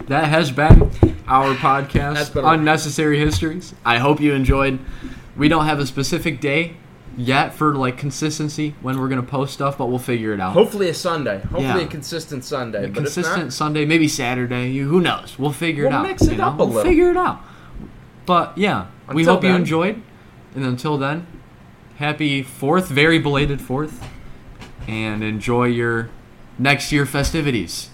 Speaker 1: that has been our
Speaker 2: That's
Speaker 1: podcast,
Speaker 2: been a-
Speaker 1: Unnecessary Histories. I hope you enjoyed. We don't have a specific day yet for like consistency when we're gonna post stuff, but we'll figure it out.
Speaker 2: Hopefully a Sunday. Hopefully
Speaker 1: Yeah.
Speaker 2: a consistent Sunday.
Speaker 1: A
Speaker 2: but
Speaker 1: consistent Sunday, maybe Saturday. You, who knows? We'll figure it
Speaker 2: We'll
Speaker 1: out.
Speaker 2: mix it
Speaker 1: you know?
Speaker 2: up a
Speaker 1: We'll
Speaker 2: little.
Speaker 1: figure it out. But yeah, we
Speaker 2: Until
Speaker 1: hope you
Speaker 2: then.
Speaker 1: enjoyed. And until then, happy fourth, very belated fourth, and enjoy your next year festivities.